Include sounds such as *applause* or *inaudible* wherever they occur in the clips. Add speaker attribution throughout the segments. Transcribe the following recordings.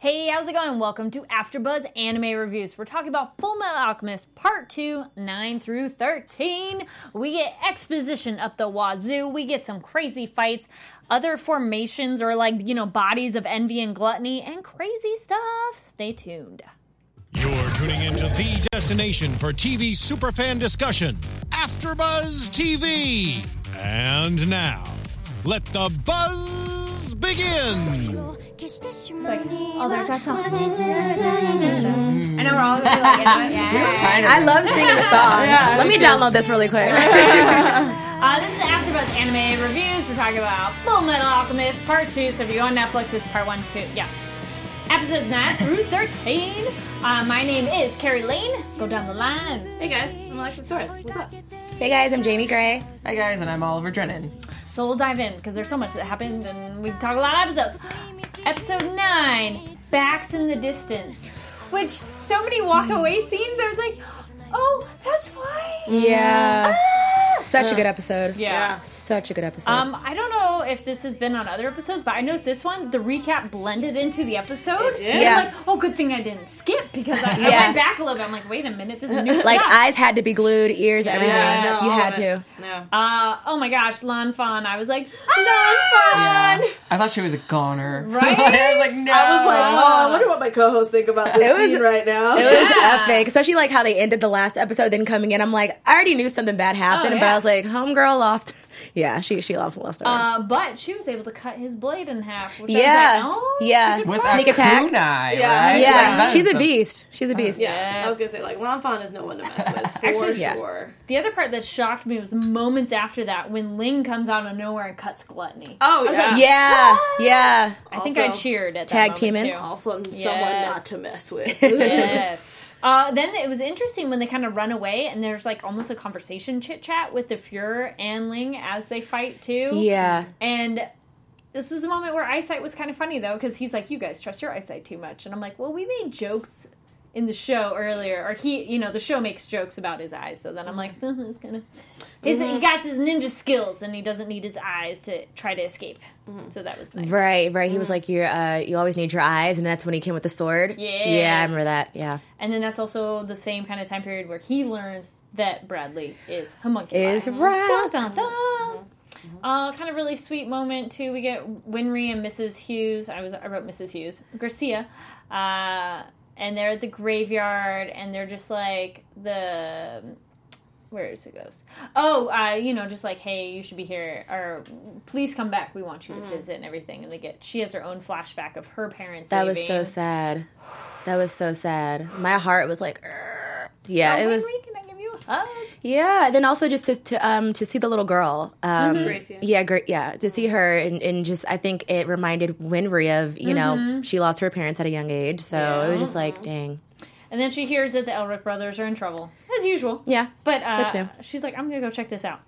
Speaker 1: how's it going? Welcome to AfterBuzz Anime Reviews. We're talking about Full Metal Alchemist Part 2, 9 through 13. We get exposition up the wazoo. We get some crazy fights, other formations or like, you know, bodies of envy and gluttony and crazy stuff. Stay tuned.
Speaker 2: You're tuning into the destination for TV superfan discussion, AfterBuzz TV. And now, let the buzz begin.
Speaker 3: 消
Speaker 1: like, oh, there's that song.
Speaker 3: え
Speaker 1: I know we're all gonna be like, yeah. yeah.
Speaker 4: I love singing the song. Let me download this really quick.
Speaker 1: Uh, this is AfterBuzz Anime Reviews. We're talking about Full Metal Alchemist Part 2. So if you go on Netflix, it's Part 1, 2. Yeah. Episodes 9 through 13. Uh, my name is Carrie Lane. Go down the line.
Speaker 5: Hey guys, I'm Alexis Torres. What's up?
Speaker 4: hey guys, I'm Jamie Gray.
Speaker 6: Hi guys, and I'm Oliver Drennan.
Speaker 1: So we'll dive in because there's so much that happened and we talk a lot of episodes. Episode 9 Backs in the Distance. Which so many walk away scenes, I was like, oh, that's why. Ah!
Speaker 4: Yeah. Such a good episode.
Speaker 1: yeah.
Speaker 4: Such a good episode.
Speaker 1: Um, I don't know if this has been on other episodes, but I noticed this one, the recap blended into the episode. And
Speaker 4: Yeah.
Speaker 1: I'm like, oh, good thing I didn't skip because I, I
Speaker 4: Yeah.
Speaker 1: went back a little bit. I'm like, wait a minute, this is new
Speaker 4: like
Speaker 1: stuff.
Speaker 4: eyes had to be glued, ears, everything.
Speaker 5: Yeah.
Speaker 4: you
Speaker 5: All
Speaker 4: had
Speaker 5: of
Speaker 4: to.
Speaker 5: No.
Speaker 1: Uh, oh my gosh, Lan Fan. I was like, ah!
Speaker 6: Yeah. I thought she was a goner. *laughs*
Speaker 1: Right?
Speaker 6: I was like, no.
Speaker 5: I was like, oh, I wonder what my co-hosts think about this
Speaker 4: It was-
Speaker 5: scene
Speaker 4: *laughs*
Speaker 5: right now.
Speaker 4: It was epic, especially like how they ended the last episode. Then coming in, I'm like, I already knew something bad happened,
Speaker 1: Oh,
Speaker 4: but
Speaker 1: yeah.
Speaker 4: I was like, homegirl lost. Yeah, she she lost lost her.
Speaker 1: Uh, but she was able to cut his blade in half. Which
Speaker 4: yeah,
Speaker 1: I was like, oh,
Speaker 4: yeah.
Speaker 6: With
Speaker 4: Sneak
Speaker 6: a
Speaker 4: attack.
Speaker 6: kunai,
Speaker 5: Yeah.
Speaker 6: right? Like,
Speaker 4: Yeah,
Speaker 6: that
Speaker 4: she's
Speaker 6: is
Speaker 4: a beast. She's a beast.
Speaker 5: yeah,
Speaker 1: Yes.
Speaker 5: I was gonna say like Lanfan is no one to mess
Speaker 4: *laughs*
Speaker 5: with for
Speaker 1: Actually,
Speaker 4: yeah.
Speaker 5: sure.
Speaker 1: The other part that shocked me was moments after that when Ling comes out of nowhere and cuts Gluttony.
Speaker 5: Oh yeah.
Speaker 4: yeah, yeah.
Speaker 1: I think I
Speaker 5: Also-
Speaker 1: cheered at
Speaker 4: Tag
Speaker 1: that moment,
Speaker 4: teaming.
Speaker 1: too.
Speaker 5: Also, I'm someone
Speaker 1: Yes.
Speaker 5: not to mess
Speaker 4: *laughs*
Speaker 5: with.
Speaker 1: yes. *laughs* Uh, then it was interesting when they kind of run away, and there's like almost a conversation chit chat with the Fuhrer and Ling as they fight too.
Speaker 4: Yeah.
Speaker 1: And this was a moment where eyesight was kind of funny though, because he's like, "You guys trust your eyesight too much," and I'm like, "Well, we made jokes." In the show earlier, or he, you know, the show makes jokes about his eyes. So then I'm like, *laughs* it's kind of, his, he got his ninja skills, and he doesn't need his eyes to try to escape. So that was nice.
Speaker 4: Right, right. He was like, "You're, uh, you always need your eyes," and that's when he came with the sword. yeah, I
Speaker 1: Yes.
Speaker 4: remember that. Yeah,
Speaker 1: And then that's also the same kind of time period where he learns that Bradley is homunculi.
Speaker 4: Is
Speaker 1: Dun,
Speaker 4: right.
Speaker 1: dun, dun. Uh, kind of really sweet moment too. We get Winry and Mrs. Hughes. I was I wrote Mrs. Hughes Garcia, uh, and they're at the graveyard, and they're just like the where is it goes? Oh, uh, you know, just like hey, you should be here, or please come back. We want you to visit and everything. And they get she has her own flashback of her parents.
Speaker 4: that was
Speaker 1: leaving.
Speaker 4: so sad. That was so sad. My heart was like, "Urgh." yeah,
Speaker 1: Oh,
Speaker 4: it was.
Speaker 1: Winry, can I give you a hug?
Speaker 4: Yeah, then also just to, to um to see the little girl, um,
Speaker 5: Gracie. *laughs*
Speaker 4: yeah, great, yeah, to see her and, and just I think it reminded Winry of you know she lost her parents at a young age, so it was just like, dang,
Speaker 1: And then she hears that the Elric brothers are in trouble, as usual.
Speaker 4: yeah,
Speaker 1: But uh,
Speaker 4: too.
Speaker 1: she's like, I'm going to go check this out.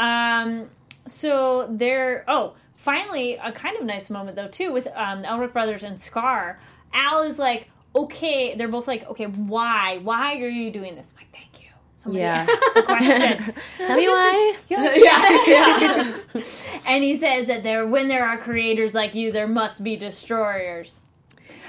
Speaker 1: Um, so they're, oh, finally, a kind of nice moment, though, too, with um, the Elric brothers and Scar. Al is like, okay, they're both like, okay, why? Why are you doing this? I'm like, thank you. Somebody
Speaker 4: Yeah.
Speaker 1: asked the
Speaker 4: *laughs*
Speaker 1: question.
Speaker 4: Tell me why.
Speaker 1: yeah,
Speaker 4: *laughs*
Speaker 1: yeah. and he says that there, when there are creators like you, there must be destroyers.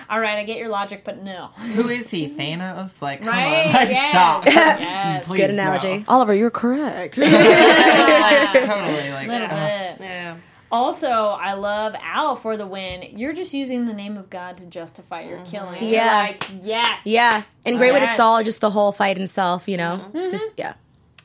Speaker 1: All right, I get your logic, but no.
Speaker 6: Who is he? Thanos? Like, come
Speaker 1: Right?
Speaker 6: on, *laughs* like,
Speaker 1: yes.
Speaker 6: stop.
Speaker 1: yes.
Speaker 6: *laughs*
Speaker 4: *laughs*
Speaker 6: Please,
Speaker 4: Good
Speaker 6: no.
Speaker 4: analogy.
Speaker 5: Oliver, you're correct.
Speaker 6: Like,
Speaker 4: *laughs*
Speaker 6: totally. Like,
Speaker 1: Little
Speaker 6: uh,
Speaker 1: bit.
Speaker 5: yeah.
Speaker 1: Also, I love Al for the win. You're just using the name of God to justify your killing. You're
Speaker 4: Yeah.
Speaker 1: like, yes.
Speaker 4: *laughs* Yeah, and great way to
Speaker 1: Yes.
Speaker 4: stall just the whole fight itself, you know, just yeah.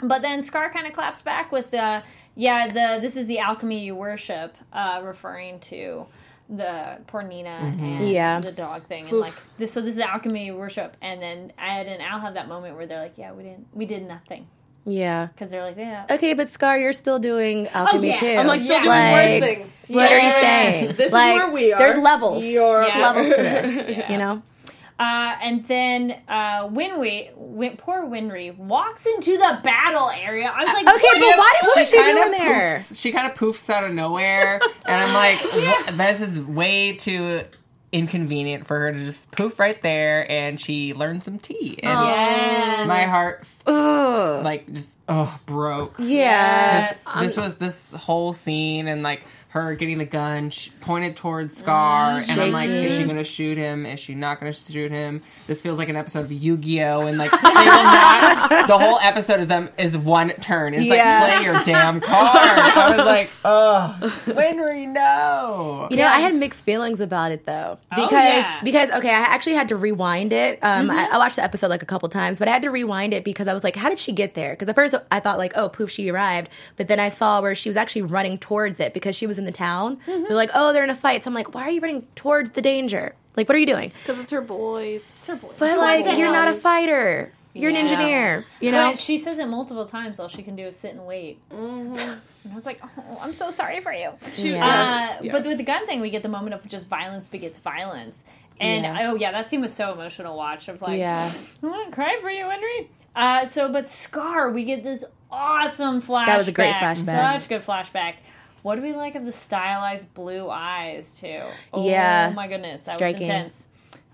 Speaker 1: But then Scar kind of claps back with, uh, yeah, the this is the alchemy you worship, uh, referring to the poor Nina and
Speaker 4: Yeah.
Speaker 1: the dog thing, and like this. So this is alchemy you worship, and then Ed and Al have that moment where they're like, yeah, we didn't, we did nothing,
Speaker 4: Yeah.
Speaker 1: because they're like, yeah,
Speaker 4: Okay, but Scar, you're still doing alchemy
Speaker 1: yeah.
Speaker 4: too.
Speaker 1: I'm,
Speaker 5: Oh, Like still
Speaker 1: Yeah.
Speaker 4: Like,
Speaker 5: doing worse things.
Speaker 4: What are you
Speaker 1: Yes.
Speaker 4: saying?
Speaker 5: This is
Speaker 4: Like,
Speaker 5: where we are.
Speaker 4: There's levels.
Speaker 5: You're-
Speaker 4: There's levels to
Speaker 5: *laughs*
Speaker 4: this.
Speaker 1: Yeah.
Speaker 4: You know.
Speaker 1: Uh, and then uh, Winry, Win, poor Winry, walks into the battle area. I was like,
Speaker 4: Uh, Okay,
Speaker 1: what?
Speaker 4: but why did she do
Speaker 6: kinda
Speaker 4: in there?
Speaker 6: poofs- she kind of poofs out of nowhere, and
Speaker 1: *laughs*
Speaker 6: I'm like, "Wha- this is way too inconvenient for her to just poof right there. And she learned some tea, and
Speaker 1: Yes.
Speaker 6: my heart,
Speaker 4: Ugh.
Speaker 6: like, just oh broke.
Speaker 4: yeah.
Speaker 1: Yes.
Speaker 4: um,
Speaker 6: this was this whole scene and like her getting the gun sh- pointed towards Scar, and I'm like, is she
Speaker 4: Mm, shaking.
Speaker 6: gonna shoot him? Is she not gonna shoot him? This feels like an episode of Yu Gi Oh, and like they will
Speaker 4: *laughs*
Speaker 6: not. The whole episode is them is one turn. It's
Speaker 5: Yeah.
Speaker 6: like play your damn card. I
Speaker 4: *laughs*
Speaker 6: was like, oh, Winry, no.
Speaker 4: You know, I had mixed feelings about it though because
Speaker 1: Oh, yeah. Mm-hmm.
Speaker 4: because okay, I actually had to rewind it. Um, I, I watched the episode like a couple times, but I had to rewind it because I was like, how did she get there? Because at first I thought like, oh, poof, she arrived, but then I saw where she was actually running towards it because she was in the town.
Speaker 1: Mm-hmm.
Speaker 4: They're like, oh, they're in a fight. So I'm like, why are you running towards the danger? Like, what are you doing?
Speaker 5: Because it's her boys.
Speaker 1: It's her boy.
Speaker 4: But like,
Speaker 1: that
Speaker 4: you're not a
Speaker 5: helps.
Speaker 4: fighter. You're
Speaker 1: Yeah.
Speaker 4: an engineer. You know.
Speaker 1: But she says it multiple times. All she can do is sit and wait.
Speaker 4: Mm-hmm.
Speaker 1: And I was like, oh, I'm so sorry for you. Uh,
Speaker 5: Yeah.
Speaker 1: But with the gun thing, we get the moment of just violence begets violence. And
Speaker 4: Yeah.
Speaker 1: oh yeah, that scene was so emotional. to Watch of like,
Speaker 4: Yeah.
Speaker 1: I'm gonna cry for you, Henry. Uh, so, but Scar, we get this awesome flashback.
Speaker 4: That was a great flashback.
Speaker 1: Such good flashback. What do we like of the stylized blue eyes too? Oh,
Speaker 4: Yeah.
Speaker 1: my goodness, that
Speaker 4: Striking.
Speaker 1: was intense.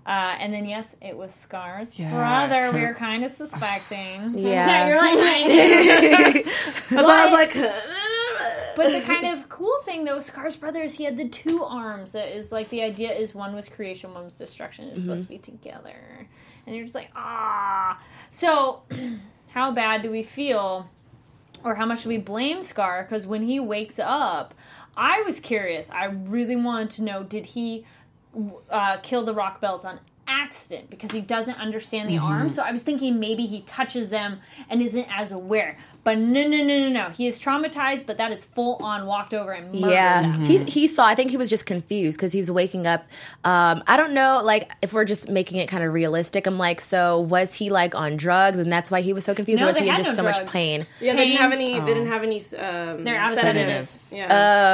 Speaker 1: Uh, and then yes, it was Scar's
Speaker 6: Yeah,
Speaker 1: brother.
Speaker 6: can-
Speaker 1: We were kind of suspecting.
Speaker 4: *sighs*
Speaker 1: *laughs*
Speaker 4: Yeah.
Speaker 1: you're like.
Speaker 4: *laughs*
Speaker 1: I know.
Speaker 5: That's why I was like, *laughs*
Speaker 1: But the kind of cool thing though, Scar's brother is he had the two arms. That is like the idea is one was creation, one was destruction. It's supposed to
Speaker 4: Mm-hmm.
Speaker 1: be together, and you're just like ah. So, how bad do we feel, or how much do we blame Scar? Because when he wakes up, I was curious. I really wanted to know: Did he uh, kill the rock bells on accident because he doesn't understand
Speaker 6: Mm-hmm.
Speaker 1: the arm. So I was thinking maybe he touches them and isn't as aware. But no, no, no, no, no. He is traumatized, but that is full on walked over and murdered
Speaker 4: Yeah,
Speaker 6: Mm-hmm.
Speaker 1: them.
Speaker 4: he he saw. I think he was just confused because he's waking up. Um, I don't know, like if we're just making it kind of realistic. I'm like, so was he like on drugs, and that's why he was so confused?
Speaker 1: No,
Speaker 4: or was
Speaker 1: they
Speaker 4: he in
Speaker 1: had
Speaker 4: just
Speaker 1: no
Speaker 4: so
Speaker 1: drugs.
Speaker 4: much pain?
Speaker 5: yeah, they
Speaker 1: Pain.
Speaker 5: didn't have any. They didn't have any. Um,
Speaker 1: They're out of sedatives.
Speaker 5: Yeah.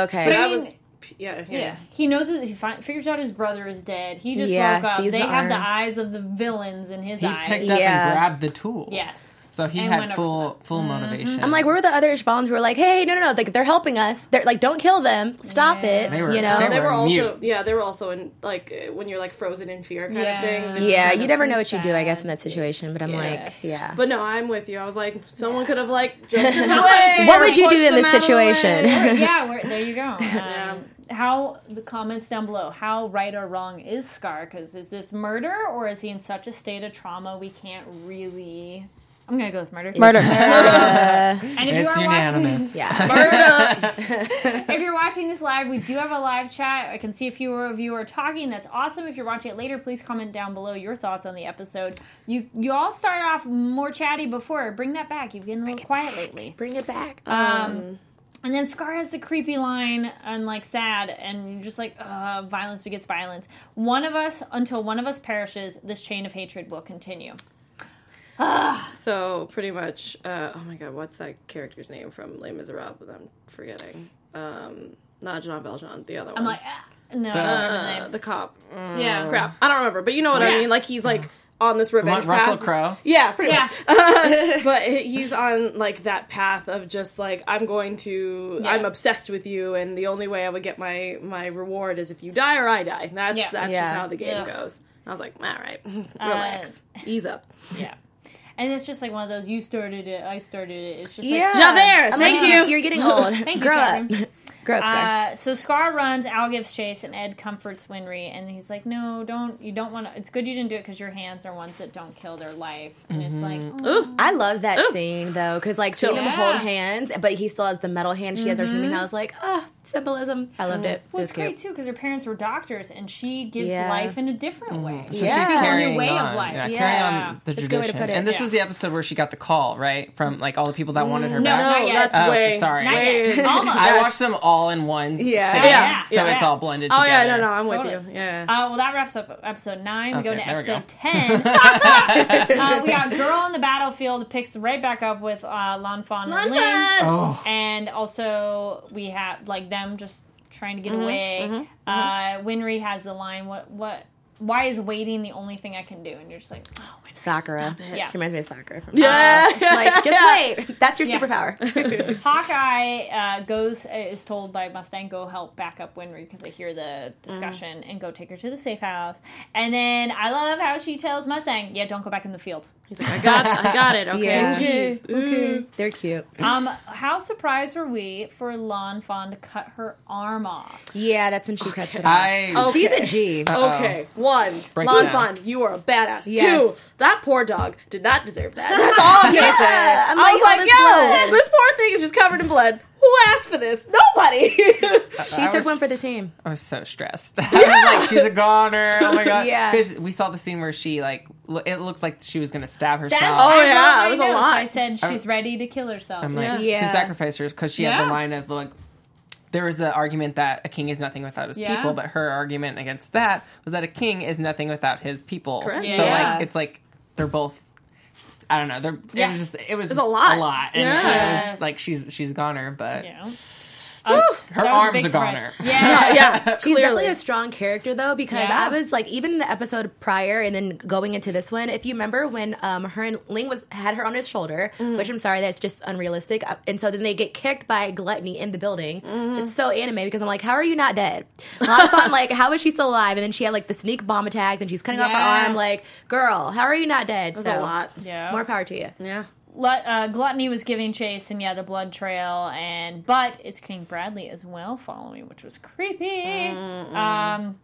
Speaker 4: Oh,
Speaker 5: so
Speaker 4: okay.
Speaker 5: that
Speaker 1: I mean-
Speaker 5: was. Yeah, yeah.
Speaker 1: Yeah, he knows that he fi- figures out his brother is dead. He just
Speaker 4: Yeah,
Speaker 1: woke up.
Speaker 4: sees
Speaker 1: They
Speaker 4: the
Speaker 1: have the
Speaker 4: arm.
Speaker 1: eyes of the villains in his
Speaker 6: He
Speaker 1: eyes.
Speaker 6: picked up
Speaker 4: Yeah.
Speaker 6: and grabbed the tool.
Speaker 1: yes.
Speaker 6: So he
Speaker 1: And went
Speaker 6: had
Speaker 1: over
Speaker 6: full full motivation.
Speaker 4: Mm-hmm. I'm like, where were the other Ishvans who were like, hey, no, no, no, like they're helping us. They're like, don't kill them, stop it.
Speaker 6: They were-
Speaker 4: you know,
Speaker 6: they
Speaker 5: They were
Speaker 6: were
Speaker 5: also.
Speaker 6: mute.
Speaker 5: Yeah, they were also in like uh, when you're like frozen in fear kind
Speaker 1: Yeah.
Speaker 5: of thing. They just
Speaker 4: yeah,
Speaker 5: kind
Speaker 4: you
Speaker 5: of-
Speaker 4: never know what you do, I guess, in
Speaker 1: sad.
Speaker 4: that situation. But I'm
Speaker 1: Yes.
Speaker 4: like, yeah.
Speaker 5: But no, I'm with you. I was like, someone could have
Speaker 6: *laughs*
Speaker 5: like joked us away.
Speaker 4: What
Speaker 5: or
Speaker 4: would you do
Speaker 5: pushed
Speaker 4: in
Speaker 5: them
Speaker 4: this
Speaker 5: out of the way.
Speaker 4: situation?
Speaker 1: There- *laughs* yeah, we're, there you go. Um, How the comments down below? How right or wrong is Scar? Because is this murder or is he in such a state of trauma we can't really? I'm gonna go with murder. And if you
Speaker 6: it's
Speaker 1: are watching,
Speaker 6: unanimous.
Speaker 4: *laughs* yeah.
Speaker 1: *laughs*
Speaker 6: *laughs*
Speaker 1: if you're watching this live, we do have a live chat. I can see a few of you are talking. That's awesome. If you're watching it later, please comment down below your thoughts on the episode. You you all started off more chatty before. Bring that back. You've been a little quiet lately.
Speaker 4: Bring it back.
Speaker 1: And then Scar has the creepy line and like sad, and you're just like, uh, violence begets violence. One of us, until one of us perishes, this chain of hatred will continue.
Speaker 5: So pretty much, uh, oh my god, what's that character's name from Les Miserables? I'm forgetting. Um, not Jean Valjean, the other one.
Speaker 1: I'm like, ah, no,
Speaker 5: uh, the cop.
Speaker 6: Mm.
Speaker 1: yeah,
Speaker 5: Crap, I don't remember, but you know what
Speaker 1: Yeah.
Speaker 5: I mean. Like he's like on this revenge
Speaker 6: Want Russell
Speaker 5: path.
Speaker 6: Crowe?
Speaker 5: Yeah, pretty
Speaker 1: Yeah. *laughs*
Speaker 5: much. But he- he's on like that path of just like I'm going to,
Speaker 1: Yeah.
Speaker 5: I'm obsessed with you, and the only way I would get my my reward is if you die or I die. That's
Speaker 1: Yeah.
Speaker 5: that's
Speaker 4: Yeah.
Speaker 5: just how the game
Speaker 1: Yeah. Uh,
Speaker 5: goes. I was like, all right, *laughs* relax, ease up.
Speaker 1: yeah. And it's just like one of those, you started it, I started it. It's just
Speaker 4: yeah.
Speaker 1: like,
Speaker 5: Javert,
Speaker 4: I'm
Speaker 5: thank
Speaker 4: like,
Speaker 5: you.
Speaker 4: You're getting
Speaker 5: *laughs*
Speaker 4: old.
Speaker 1: Thank you,
Speaker 4: Grow up.
Speaker 1: Catherine.
Speaker 4: *laughs* Grow up, Scar.
Speaker 1: Uh, so Scar runs, Al gives chase, and Ed comforts Winry, and he's like, "No, don't. You don't want to. It's good you didn't do it because your hands are ones that don't kill their life." And it's like,
Speaker 5: Mm-hmm.
Speaker 1: oh,
Speaker 4: I love that scene though, because like seeing them
Speaker 1: Yeah.
Speaker 4: hold hands, but he still has the metal hand. She has her
Speaker 5: Mm-hmm.
Speaker 4: human. hand. I was like, oh, symbolism. I
Speaker 5: Oh,
Speaker 4: loved it.
Speaker 1: well,
Speaker 4: it
Speaker 1: it's
Speaker 4: was
Speaker 1: great
Speaker 4: cute.
Speaker 1: too because her parents were doctors, and she gives
Speaker 4: Yeah.
Speaker 1: life in a different way.
Speaker 6: Mm. So
Speaker 4: Yeah.
Speaker 6: she's carrying
Speaker 1: way
Speaker 6: on,
Speaker 1: of life.
Speaker 6: Yeah,
Speaker 1: Yeah.
Speaker 6: carrying on the
Speaker 4: That's a good way to
Speaker 6: tradition.
Speaker 4: put it,
Speaker 6: And this
Speaker 1: yeah.
Speaker 6: was the episode where she got the call, right, from like all the people that wanted her
Speaker 1: No,
Speaker 6: back.
Speaker 1: not
Speaker 5: No,
Speaker 1: yet.
Speaker 5: that's
Speaker 6: Oh, okay,
Speaker 5: way.
Speaker 6: sorry.
Speaker 1: Not yet.
Speaker 6: *laughs*
Speaker 5: Wait.
Speaker 1: Almost.
Speaker 6: I watched them all in one.
Speaker 5: Yeah.
Speaker 6: sitting,
Speaker 1: Yeah.
Speaker 6: So
Speaker 1: Yeah.
Speaker 6: it's all blended.
Speaker 5: Oh yeah, no,
Speaker 6: together.
Speaker 5: no, I'm with
Speaker 1: Totally.
Speaker 5: you. Yeah.
Speaker 1: Uh, well, that wraps up episode nine. we go
Speaker 6: Okay,
Speaker 1: to
Speaker 6: there we go.
Speaker 1: episode ten.
Speaker 6: *laughs*
Speaker 1: uh, we got Girl on the Battlefield picks right back up with uh, Lan Fan and Ling.
Speaker 6: Oh.
Speaker 1: and also we Mm-hmm, have like them just trying to get away. Uh, Winry has the line, "What what why is waiting the only thing I can do? And you're just like, oh, wait.
Speaker 4: Sakura.
Speaker 1: Yeah.
Speaker 4: She reminds me of Sakura. From uh,
Speaker 5: *laughs* Yeah.
Speaker 4: like, just wait. That's your
Speaker 5: *laughs*
Speaker 4: superpower. *laughs*
Speaker 1: Hawkeye uh, goes is told by Mustang go help back up Winry because they hear the discussion
Speaker 4: Mm.
Speaker 1: and go take her to the safe house. And then I love how she tells Mustang, yeah, don't go back in the
Speaker 4: *laughs*
Speaker 1: field.
Speaker 5: He's like, I got, I got it. Okay,
Speaker 4: Yeah.
Speaker 5: jeez. Ooh.
Speaker 4: They're cute.
Speaker 1: Um, how surprised were we for Lon Fawn to cut her arm off?
Speaker 4: Yeah, that's when she cuts it off.
Speaker 6: I
Speaker 5: Oh,
Speaker 4: She's a G.
Speaker 5: Okay, one,
Speaker 6: Oh. Break it
Speaker 5: Lon
Speaker 6: down.
Speaker 5: Fon, you are a badass.
Speaker 4: Yes.
Speaker 5: Two, that poor dog did not deserve that. That's all I'm gonna
Speaker 4: Yeah,
Speaker 5: say.
Speaker 4: *laughs* I'm
Speaker 5: i
Speaker 4: like,
Speaker 5: was
Speaker 4: all
Speaker 5: like,
Speaker 4: this
Speaker 5: yo,
Speaker 4: blood.
Speaker 5: this poor thing is just covered in blood. Who asked for this? Nobody. *laughs*
Speaker 4: She
Speaker 6: I
Speaker 4: took
Speaker 6: was-
Speaker 4: one for the team.
Speaker 6: I was so stressed. *laughs* I was like, she's a goner. Oh my god.
Speaker 4: Yeah.
Speaker 6: 'Cause we saw the scene where she like lo- it looked like she was gonna stab herself.
Speaker 1: That's
Speaker 5: Oh,
Speaker 1: I love
Speaker 5: yeah,
Speaker 1: how
Speaker 5: it
Speaker 1: he
Speaker 5: was a
Speaker 1: knows.
Speaker 5: lot.
Speaker 1: I said she's ready to kill herself.
Speaker 6: I'm like
Speaker 4: Yeah.
Speaker 6: to sacrifice her because she had the
Speaker 1: Yeah.
Speaker 6: line of like there was the argument that a king is nothing without his
Speaker 1: Yeah.
Speaker 6: people, but her argument against that was that a king is nothing without his people.
Speaker 5: Correct.
Speaker 6: So
Speaker 1: Yeah.
Speaker 6: like it's like they're both. I don't know. They're,
Speaker 1: Yeah.
Speaker 6: It was just it was,
Speaker 5: a
Speaker 6: just
Speaker 5: lot.
Speaker 6: a lot, and it
Speaker 1: Yes.
Speaker 6: was like she's she's a goner, but
Speaker 1: you know? Us- that was
Speaker 6: Her
Speaker 1: a
Speaker 6: arm's
Speaker 1: big
Speaker 6: a
Speaker 1: surprise.
Speaker 6: goner.
Speaker 1: *laughs* Yeah.
Speaker 5: *laughs* yeah,
Speaker 4: She's
Speaker 5: clearly.
Speaker 4: definitely a strong character though, because
Speaker 1: Yeah.
Speaker 4: I was like, even in the episode prior, and then going into this one, if you remember when um, her and Ling was had her on his shoulder,
Speaker 1: Mm-hmm.
Speaker 4: which I'm sorry, that's just unrealistic. Uh, And so then they get kicked by Gluttony in the building.
Speaker 1: Mm-hmm.
Speaker 4: It's so anime because I'm like, how are you not dead?
Speaker 1: *laughs*
Speaker 4: I'm like, how is she still alive? And then she had like the sneak bomb attack, and she's cutting off her
Speaker 1: Yes.
Speaker 4: arm. Like, girl, how are you not dead?
Speaker 5: was a lot.
Speaker 1: Yeah.
Speaker 4: More power to you.
Speaker 5: yeah.
Speaker 1: Glut- uh, Gluttony was giving chase, and yeah, the blood trail, and but it's King Bradley as well following, which was creepy.
Speaker 4: Mm.
Speaker 1: Um,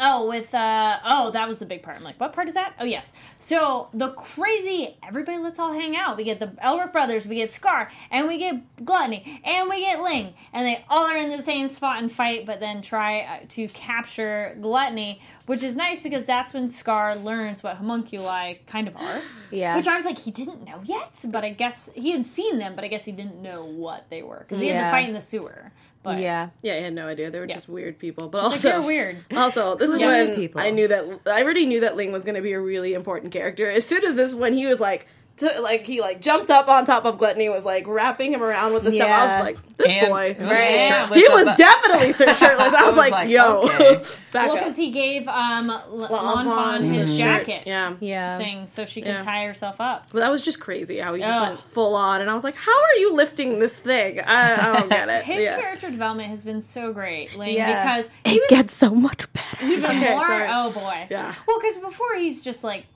Speaker 1: oh, with uh, oh, that was the big part. I'm like, what part is that? Oh, yes. So the crazy everybody, let's all hang out. We get the Elric brothers, we get Scar, and we get Gluttony, and we get Ling, and they all are in the same spot and fight, but then try uh, to capture Gluttony, which is nice because that's when Scar learns what homunculi kind of are.
Speaker 4: *gasps* Yeah.
Speaker 1: Which I was like, he didn't know yet, but I guess he had seen them, but I guess he didn't know what they were because he had
Speaker 4: Yeah.
Speaker 1: to fight in the sewer. But
Speaker 4: Yeah.
Speaker 5: Yeah, I had no idea. They were just weird people. But
Speaker 1: like
Speaker 5: also,
Speaker 1: they're weird.
Speaker 5: *laughs*
Speaker 4: *laughs*
Speaker 5: Also, this is
Speaker 1: Yeah.
Speaker 5: when
Speaker 4: Weird people.
Speaker 5: I knew that I already knew that Ling was going to be a really important character. As soon as this, when he was like, t- like he like jumped up on top of Gluttony, and was like wrapping him around with the stuff. I was
Speaker 4: Yeah.
Speaker 5: like, this
Speaker 6: And
Speaker 5: boy,
Speaker 6: it was
Speaker 4: Right.
Speaker 6: shirtless
Speaker 5: he
Speaker 6: as
Speaker 5: was
Speaker 6: a- *laughs*
Speaker 5: definitely Sir Shirtless. I was, like, yo,
Speaker 6: okay.
Speaker 5: *laughs* back
Speaker 1: Well,
Speaker 5: up.
Speaker 1: because he gave um, L- Lon
Speaker 5: Lon
Speaker 1: Fon his
Speaker 5: Shirt.
Speaker 1: jacket
Speaker 5: Yeah,
Speaker 4: Yeah.
Speaker 1: thing so she could
Speaker 5: Yeah.
Speaker 1: tie herself up.
Speaker 5: But that was just crazy how he just
Speaker 1: Ugh.
Speaker 5: went full on, and I was like, "How are you lifting this thing?" I, I don't get *laughs* it.
Speaker 1: His
Speaker 5: yeah.
Speaker 1: character development has been so great, like,
Speaker 4: Yeah. *laughs*
Speaker 1: because he was
Speaker 5: gets so much better.
Speaker 1: even
Speaker 5: Okay,
Speaker 1: more.
Speaker 5: sorry.
Speaker 1: Oh boy,
Speaker 5: Yeah.
Speaker 1: Well, because before he's just like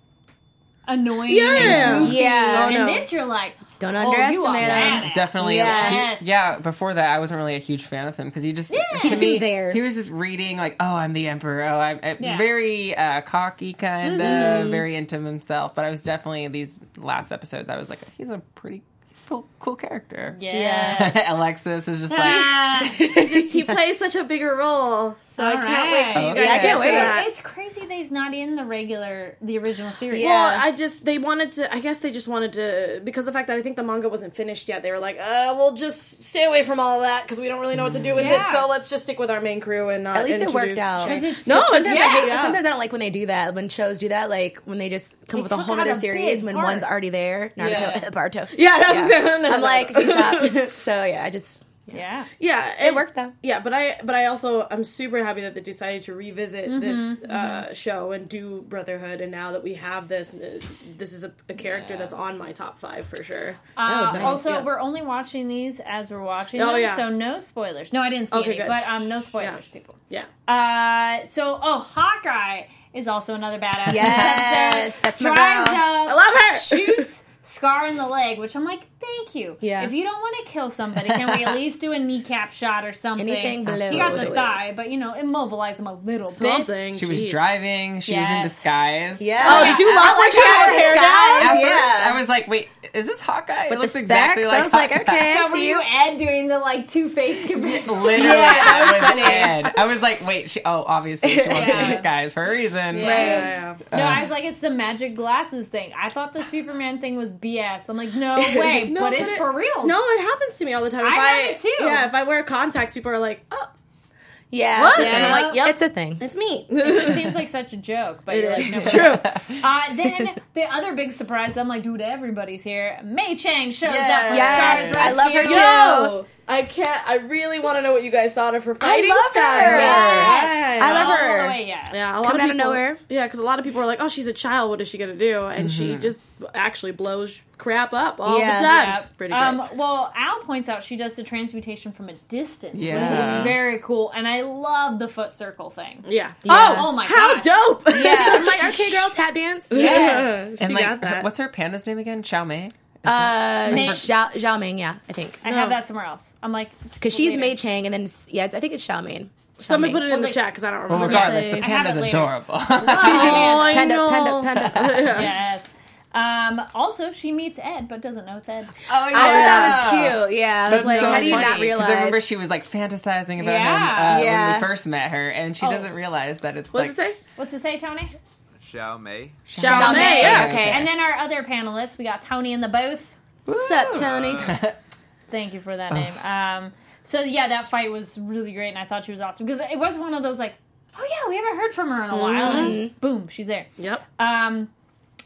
Speaker 1: annoying.
Speaker 5: Yeah.
Speaker 1: and, goofy,
Speaker 4: Yeah.
Speaker 1: and
Speaker 5: Oh, no.
Speaker 1: this you're like,
Speaker 4: Don't
Speaker 1: oh, you are
Speaker 4: underestimate him.
Speaker 1: badass.
Speaker 6: Definitely,
Speaker 1: Yes.
Speaker 6: he- yeah. Before that, I wasn't really a huge fan of him because he just to
Speaker 1: He's
Speaker 6: me,
Speaker 4: there.
Speaker 6: He was just reading like, "Oh, I'm the emperor." Oh, I'm uh,
Speaker 1: Yeah.
Speaker 6: very uh, cocky, kind of very into himself. But I was definitely these last episodes. I was like, "He's a pretty, he's a cool, cool character."
Speaker 1: Yes. *laughs*
Speaker 4: *laughs*
Speaker 6: *laughs* Alexis is just like,
Speaker 1: Ah.
Speaker 5: Just he plays such a bigger role, so
Speaker 1: All
Speaker 5: I can't
Speaker 1: right.
Speaker 5: wait till you guys
Speaker 4: Yeah, I
Speaker 5: get
Speaker 4: can't
Speaker 5: to
Speaker 4: wait.
Speaker 5: that.
Speaker 1: It's crazy that he's not in the regular, the original series.
Speaker 4: Yeah.
Speaker 5: Well, I just they wanted to. I guess they just wanted to because the fact that I think the manga wasn't finished yet. They were like, "Uh, we'll just stay away from all that because we don't really know what to do with it.
Speaker 1: Yeah.
Speaker 5: So let's just stick with our main crew and not."
Speaker 4: At least it worked
Speaker 5: introduce
Speaker 4: out.
Speaker 5: Shay."
Speaker 1: 'Cause it's
Speaker 5: no,
Speaker 1: just-
Speaker 5: it's,
Speaker 4: Sometimes,
Speaker 5: yeah,
Speaker 4: I hate,
Speaker 5: yeah.
Speaker 4: sometimes I don't like when they do that. When shows do that, like when they just
Speaker 1: They
Speaker 4: come up with a
Speaker 1: took
Speaker 4: whole
Speaker 1: out
Speaker 4: other
Speaker 1: a
Speaker 4: series
Speaker 1: big
Speaker 4: when
Speaker 1: part.
Speaker 4: one's already there. Naruto,
Speaker 5: Yeah.
Speaker 4: *laughs* Naruto.
Speaker 5: yeah, that's no, no,
Speaker 4: I'm
Speaker 5: *laughs*
Speaker 4: like,
Speaker 5: no.
Speaker 4: stop. *laughs* so yeah, I just
Speaker 1: Yeah.
Speaker 5: yeah,
Speaker 4: it worked though.
Speaker 5: Yeah, but I but I also I'm super happy that they decided to revisit this Uh, show and do Brotherhood, and now that we have this, uh, this is a, a character that's on my top five for sure.
Speaker 4: That was
Speaker 1: Uh,
Speaker 4: nice,
Speaker 1: Also,
Speaker 5: yeah.
Speaker 1: we're only watching these as we're watching
Speaker 5: Oh,
Speaker 1: them,
Speaker 5: yeah.
Speaker 1: so no spoilers. No, I didn't see
Speaker 5: Okay,
Speaker 1: any,
Speaker 5: good.
Speaker 1: but um, no spoilers,
Speaker 5: Yeah.
Speaker 1: people.
Speaker 5: yeah,
Speaker 1: Uh, so oh, Hawkeye is also another badass. in this
Speaker 4: Yes,
Speaker 1: episode.
Speaker 4: that's my
Speaker 1: drives
Speaker 4: girl.
Speaker 1: up.
Speaker 5: I love her.
Speaker 1: Shoots. Scar in the leg, which I'm like, thank you.
Speaker 4: Yeah.
Speaker 1: If you don't want to kill somebody, can we at least do a kneecap shot or something?
Speaker 4: Anything below
Speaker 1: He got the
Speaker 4: the
Speaker 1: thigh, but you know, immobilize him a little bit.
Speaker 5: something.
Speaker 6: she was
Speaker 5: jeez.
Speaker 6: driving. She was in
Speaker 1: Yes.
Speaker 6: disguise.
Speaker 4: Yeah.
Speaker 5: Oh, did you
Speaker 4: I was
Speaker 5: love when she had her hair
Speaker 4: disguise?
Speaker 5: down?
Speaker 6: At
Speaker 4: Yeah.
Speaker 6: first, I was like, "Wait, is this Hawkeye?"
Speaker 4: With
Speaker 6: it looks
Speaker 4: the
Speaker 6: exactly
Speaker 4: specs,
Speaker 6: like
Speaker 4: I was like,
Speaker 6: Hawkeye.
Speaker 4: okay,
Speaker 1: So
Speaker 4: I
Speaker 1: were
Speaker 4: see
Speaker 1: you
Speaker 4: you.
Speaker 1: Ed doing the like two face comparison?
Speaker 6: Literally,
Speaker 4: Yeah, that was
Speaker 6: that
Speaker 4: funny.
Speaker 6: was Ed. I was like, "Wait, she, oh, obviously she wants to
Speaker 1: Yeah.
Speaker 6: be disguised for a reason."
Speaker 5: Yeah, yeah.
Speaker 1: No,
Speaker 6: *laughs*
Speaker 1: I was like, it's the magic glasses thing. I thought the Superman thing was BS. I'm like, no way,
Speaker 5: No,
Speaker 1: but, it's
Speaker 5: it-
Speaker 1: for real.
Speaker 5: No, it happens to me all the time. If
Speaker 1: I
Speaker 5: I,
Speaker 1: have it too.
Speaker 5: Yeah, if I wear contacts, people are like, "Oh,
Speaker 4: Yeah. it's
Speaker 5: What?
Speaker 4: a
Speaker 5: And
Speaker 1: I'm
Speaker 4: thing.
Speaker 5: like, yep.
Speaker 4: It's a thing.
Speaker 5: it's me."
Speaker 1: it just seems like such a joke, but you're like, no.
Speaker 5: it's true.
Speaker 1: Uh, then the other big surprise, I'm like, dude, everybody's here. Mei Chang shows up.
Speaker 5: Yes.
Speaker 1: With
Speaker 4: Yes,
Speaker 1: Scar's
Speaker 4: I love her
Speaker 1: rescue.
Speaker 4: too.
Speaker 5: Yo, I can't. I really want to know what you guys thought of her fighting
Speaker 4: love
Speaker 5: style.
Speaker 4: her.
Speaker 1: Yes.
Speaker 4: I love
Speaker 1: All
Speaker 4: her.
Speaker 1: the way, yes.
Speaker 5: Yeah, a lot
Speaker 4: Coming
Speaker 5: of
Speaker 4: out of
Speaker 5: people,
Speaker 4: nowhere.
Speaker 5: Yeah, because a lot of people are like, "Oh, she's a child. What is she gonna do?" And she
Speaker 6: Mm-hmm.
Speaker 5: just actually blows crap up all
Speaker 4: Yeah.
Speaker 5: the time.
Speaker 1: Yep.
Speaker 5: It's pretty
Speaker 1: um,
Speaker 5: great.
Speaker 1: Well, Al points out she does the transmutation from a distance, which
Speaker 6: Yeah.
Speaker 1: is very cool, and I love the foot circle thing.
Speaker 5: Yeah.
Speaker 4: Yeah.
Speaker 1: Oh my
Speaker 5: how
Speaker 1: god!
Speaker 5: dope! *laughs*
Speaker 4: Yeah, I'm like arcade girl tap dance.
Speaker 1: Yes.
Speaker 5: she
Speaker 6: and like,
Speaker 5: got
Speaker 6: her-
Speaker 5: that.
Speaker 6: what's her panda's name again? Xiao Mei.
Speaker 4: Uh,
Speaker 1: Mei-
Speaker 4: Xiao, Xiao Ming, yeah, I think
Speaker 1: I have that somewhere else. I'm like
Speaker 4: because she's
Speaker 1: later.
Speaker 4: Mei Chang, and then it's- yeah, it's- I think it's Xiao Ming.
Speaker 5: Somebody put it in
Speaker 1: Well,
Speaker 5: the
Speaker 1: they-
Speaker 5: chat because I don't
Speaker 6: Well,
Speaker 5: remember.
Speaker 6: regardless, the
Speaker 4: I
Speaker 1: have
Speaker 6: panda's
Speaker 1: it later.
Speaker 6: adorable. *laughs*
Speaker 4: *laughs*
Speaker 1: Oh,
Speaker 5: I
Speaker 4: Panda,
Speaker 5: know.
Speaker 4: panda, panda,
Speaker 1: yes. Um, also, she meets Ed, but doesn't know it's Ed.
Speaker 4: I thought Oh, that was cute. Yeah, I was
Speaker 6: Oh, That's
Speaker 4: like,
Speaker 6: so
Speaker 4: how do you
Speaker 6: funny,
Speaker 4: not
Speaker 6: 'cause
Speaker 4: realize?
Speaker 6: I remember she was like fantasizing about
Speaker 1: Yeah.
Speaker 6: him uh,
Speaker 4: Yeah.
Speaker 6: when we first met her, and she doesn't realize that it's
Speaker 5: What's
Speaker 6: like
Speaker 5: it say?
Speaker 1: What's it say, Tony?
Speaker 7: Xiao Mei.
Speaker 5: Xiao Mei.
Speaker 4: Yeah,
Speaker 5: Yeah.
Speaker 4: okay.
Speaker 1: And then our other panelists, we got Tony and the both.
Speaker 4: What's up, Tony?
Speaker 1: Thank you for that name. Um, so yeah, that fight was really great, and I thought she was awesome because it was one of those like, oh yeah, we haven't heard from her in a while, and boom, she's there.
Speaker 5: Yep.
Speaker 1: Um,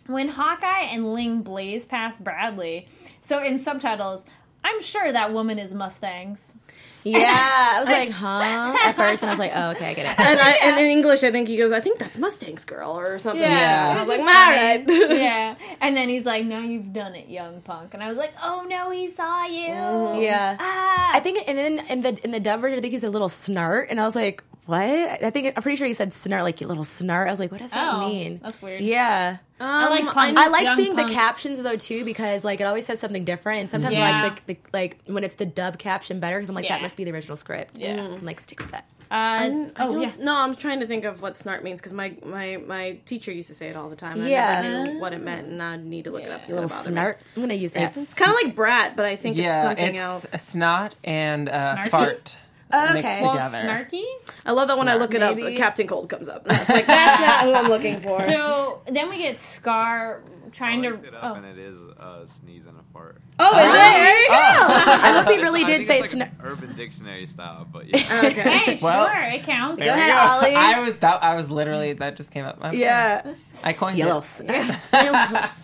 Speaker 1: when Hawkeye and Ling blaze past Bradley, so in subtitles, I'm sure that woman is Mustangs.
Speaker 4: Yeah, I was like, huh? At first, and I was like, oh, okay, I get it.
Speaker 5: and, I, and in English, I think he goes, "I think that's Mustang's girl" or something.
Speaker 1: Yeah.
Speaker 5: like that.
Speaker 1: It
Speaker 5: *laughs* I was
Speaker 1: was
Speaker 5: like, "All
Speaker 1: just *laughs*
Speaker 5: right."
Speaker 1: yeah, and then he's like, "Now you've done it, young punk," and I was like, "Oh no, he saw you."
Speaker 4: Mm-hmm.
Speaker 5: *laughs*
Speaker 4: Yeah,
Speaker 1: Ah.
Speaker 4: I think, and then in the in the dub version, I think he said little snart, and I was like, what? I think I'm pretty sure he said snart, like you little snart. I was like, what does that
Speaker 1: Oh,
Speaker 4: mean?
Speaker 1: that's weird.
Speaker 4: Yeah,
Speaker 5: Um,
Speaker 1: I like punk,
Speaker 4: I like
Speaker 1: young
Speaker 4: seeing
Speaker 1: punk.
Speaker 4: the captions though too because like it always says something different. And sometimes I
Speaker 1: Yeah.
Speaker 4: like the, the like when it's the dub caption better because I'm like
Speaker 1: Yeah.
Speaker 4: that must be the original script.
Speaker 1: Yeah.
Speaker 4: I'm like stick with that.
Speaker 1: Uh,
Speaker 5: And I
Speaker 1: oh
Speaker 5: don't
Speaker 1: yeah.
Speaker 5: s- No, I'm trying to think of what snart means because my, my, my teacher used to say it all the time. And I
Speaker 4: Yeah.
Speaker 5: never knew what it meant, and I need to look it up. It's
Speaker 4: Little
Speaker 5: gonna bother me.
Speaker 4: snart. I'm gonna use that.
Speaker 5: It's kind of like brat, but I think it's
Speaker 6: yeah,
Speaker 5: something
Speaker 6: it's
Speaker 5: else.
Speaker 6: a snot and uh,
Speaker 1: Snarky?
Speaker 6: fart
Speaker 4: okay.
Speaker 6: mixed
Speaker 4: Well,
Speaker 1: Well,
Speaker 6: together.
Speaker 1: snarky.
Speaker 5: I love that when I
Speaker 6: Snart.
Speaker 5: look it up,
Speaker 4: Maybe.
Speaker 5: Captain Cold comes
Speaker 6: *laughs*
Speaker 5: up. *laughs* And I was like, that's not what I'm looking for.
Speaker 1: So then we get Scar
Speaker 7: I
Speaker 1: trying
Speaker 7: looked
Speaker 1: to.
Speaker 7: it up
Speaker 1: Oh.
Speaker 7: and it is a sneeze and a fart.
Speaker 5: oh, is it? There you
Speaker 6: Ah.
Speaker 5: *laughs* go.
Speaker 4: I hope he really
Speaker 7: I
Speaker 4: did
Speaker 7: think
Speaker 4: say
Speaker 7: it's
Speaker 4: snart.
Speaker 7: like an Urban Dictionary style,
Speaker 4: *laughs*
Speaker 7: but yeah.
Speaker 5: Okay.
Speaker 1: Hey,
Speaker 6: Well-
Speaker 1: sure, it counts.
Speaker 4: Go ahead, Ollie.
Speaker 6: I was that I was literally that just came up. i
Speaker 5: Yeah.
Speaker 6: I coined
Speaker 4: you little
Speaker 6: it.
Speaker 4: snart.
Speaker 6: *laughs*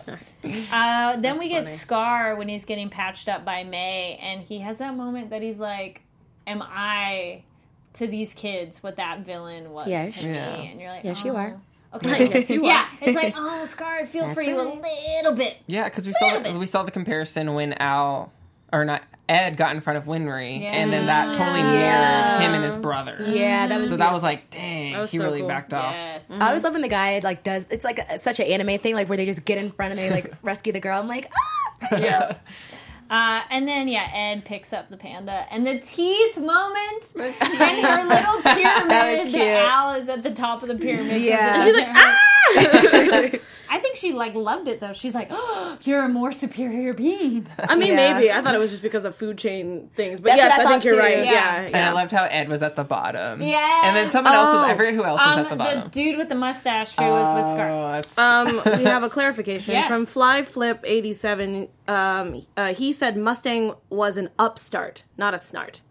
Speaker 1: Uh, then we get Scar when he's getting patched up by May, and he has that moment that he's like, "Am I to these kids what that villain was
Speaker 4: Yes.
Speaker 1: to me?"
Speaker 6: Yeah.
Speaker 1: And you're like,
Speaker 4: Yes, you
Speaker 1: "Oh."
Speaker 4: are.
Speaker 1: Okay.
Speaker 5: Yes, you
Speaker 1: yeah,
Speaker 5: are.
Speaker 1: it's like, "Oh, Scar, I feel for you a little bit."
Speaker 6: Yeah, because we saw
Speaker 1: Really?
Speaker 6: we saw the comparison when Al or not Ed got in front of Winry, and then that totally mirrored
Speaker 4: Yeah.
Speaker 6: him and his brother.
Speaker 4: Yeah, that was.
Speaker 6: So that was like, dang,
Speaker 5: was
Speaker 6: he
Speaker 5: so
Speaker 6: really
Speaker 5: cool.
Speaker 6: backed off.
Speaker 1: Yes.
Speaker 4: I always love when the guy like does. It's like a, such an anime thing, like where they just get in front and they like rescue the girl. I'm like, ah,
Speaker 5: Yeah.
Speaker 1: Uh, and then yeah, Ed picks up the panda, and the teeth moment, and her little pyramid.
Speaker 4: That was cute.
Speaker 1: Al is at the top of the pyramid.
Speaker 4: Yeah.
Speaker 1: And
Speaker 4: She's
Speaker 1: like, ah.
Speaker 5: "Ah!"
Speaker 1: I think she like loved it though. She's like, oh, you're a more superior
Speaker 6: *laughs*
Speaker 1: being.
Speaker 5: *laughs* I mean,
Speaker 4: Yeah.
Speaker 5: maybe. I thought it was just because of food chain things. But
Speaker 4: That's what
Speaker 5: yes,
Speaker 4: I
Speaker 5: I, think
Speaker 4: thought
Speaker 5: you're
Speaker 4: too.
Speaker 5: right.
Speaker 1: Yeah.
Speaker 6: *laughs*
Speaker 5: Yeah.
Speaker 6: And I
Speaker 5: yeah.
Speaker 6: loved how Ed was at the bottom.
Speaker 1: Yeah.
Speaker 6: And then someone else was, I
Speaker 4: Oh.
Speaker 6: forget who else was
Speaker 1: Um,
Speaker 6: at the
Speaker 1: the
Speaker 6: bottom.
Speaker 1: dude with the mustache who was with Scar.
Speaker 6: Oh, that's-
Speaker 5: um, we have a clarification
Speaker 1: Yes.
Speaker 5: from Fly Flip eighty seven. Um, uh, he said Mustang was an upstart, not a snart.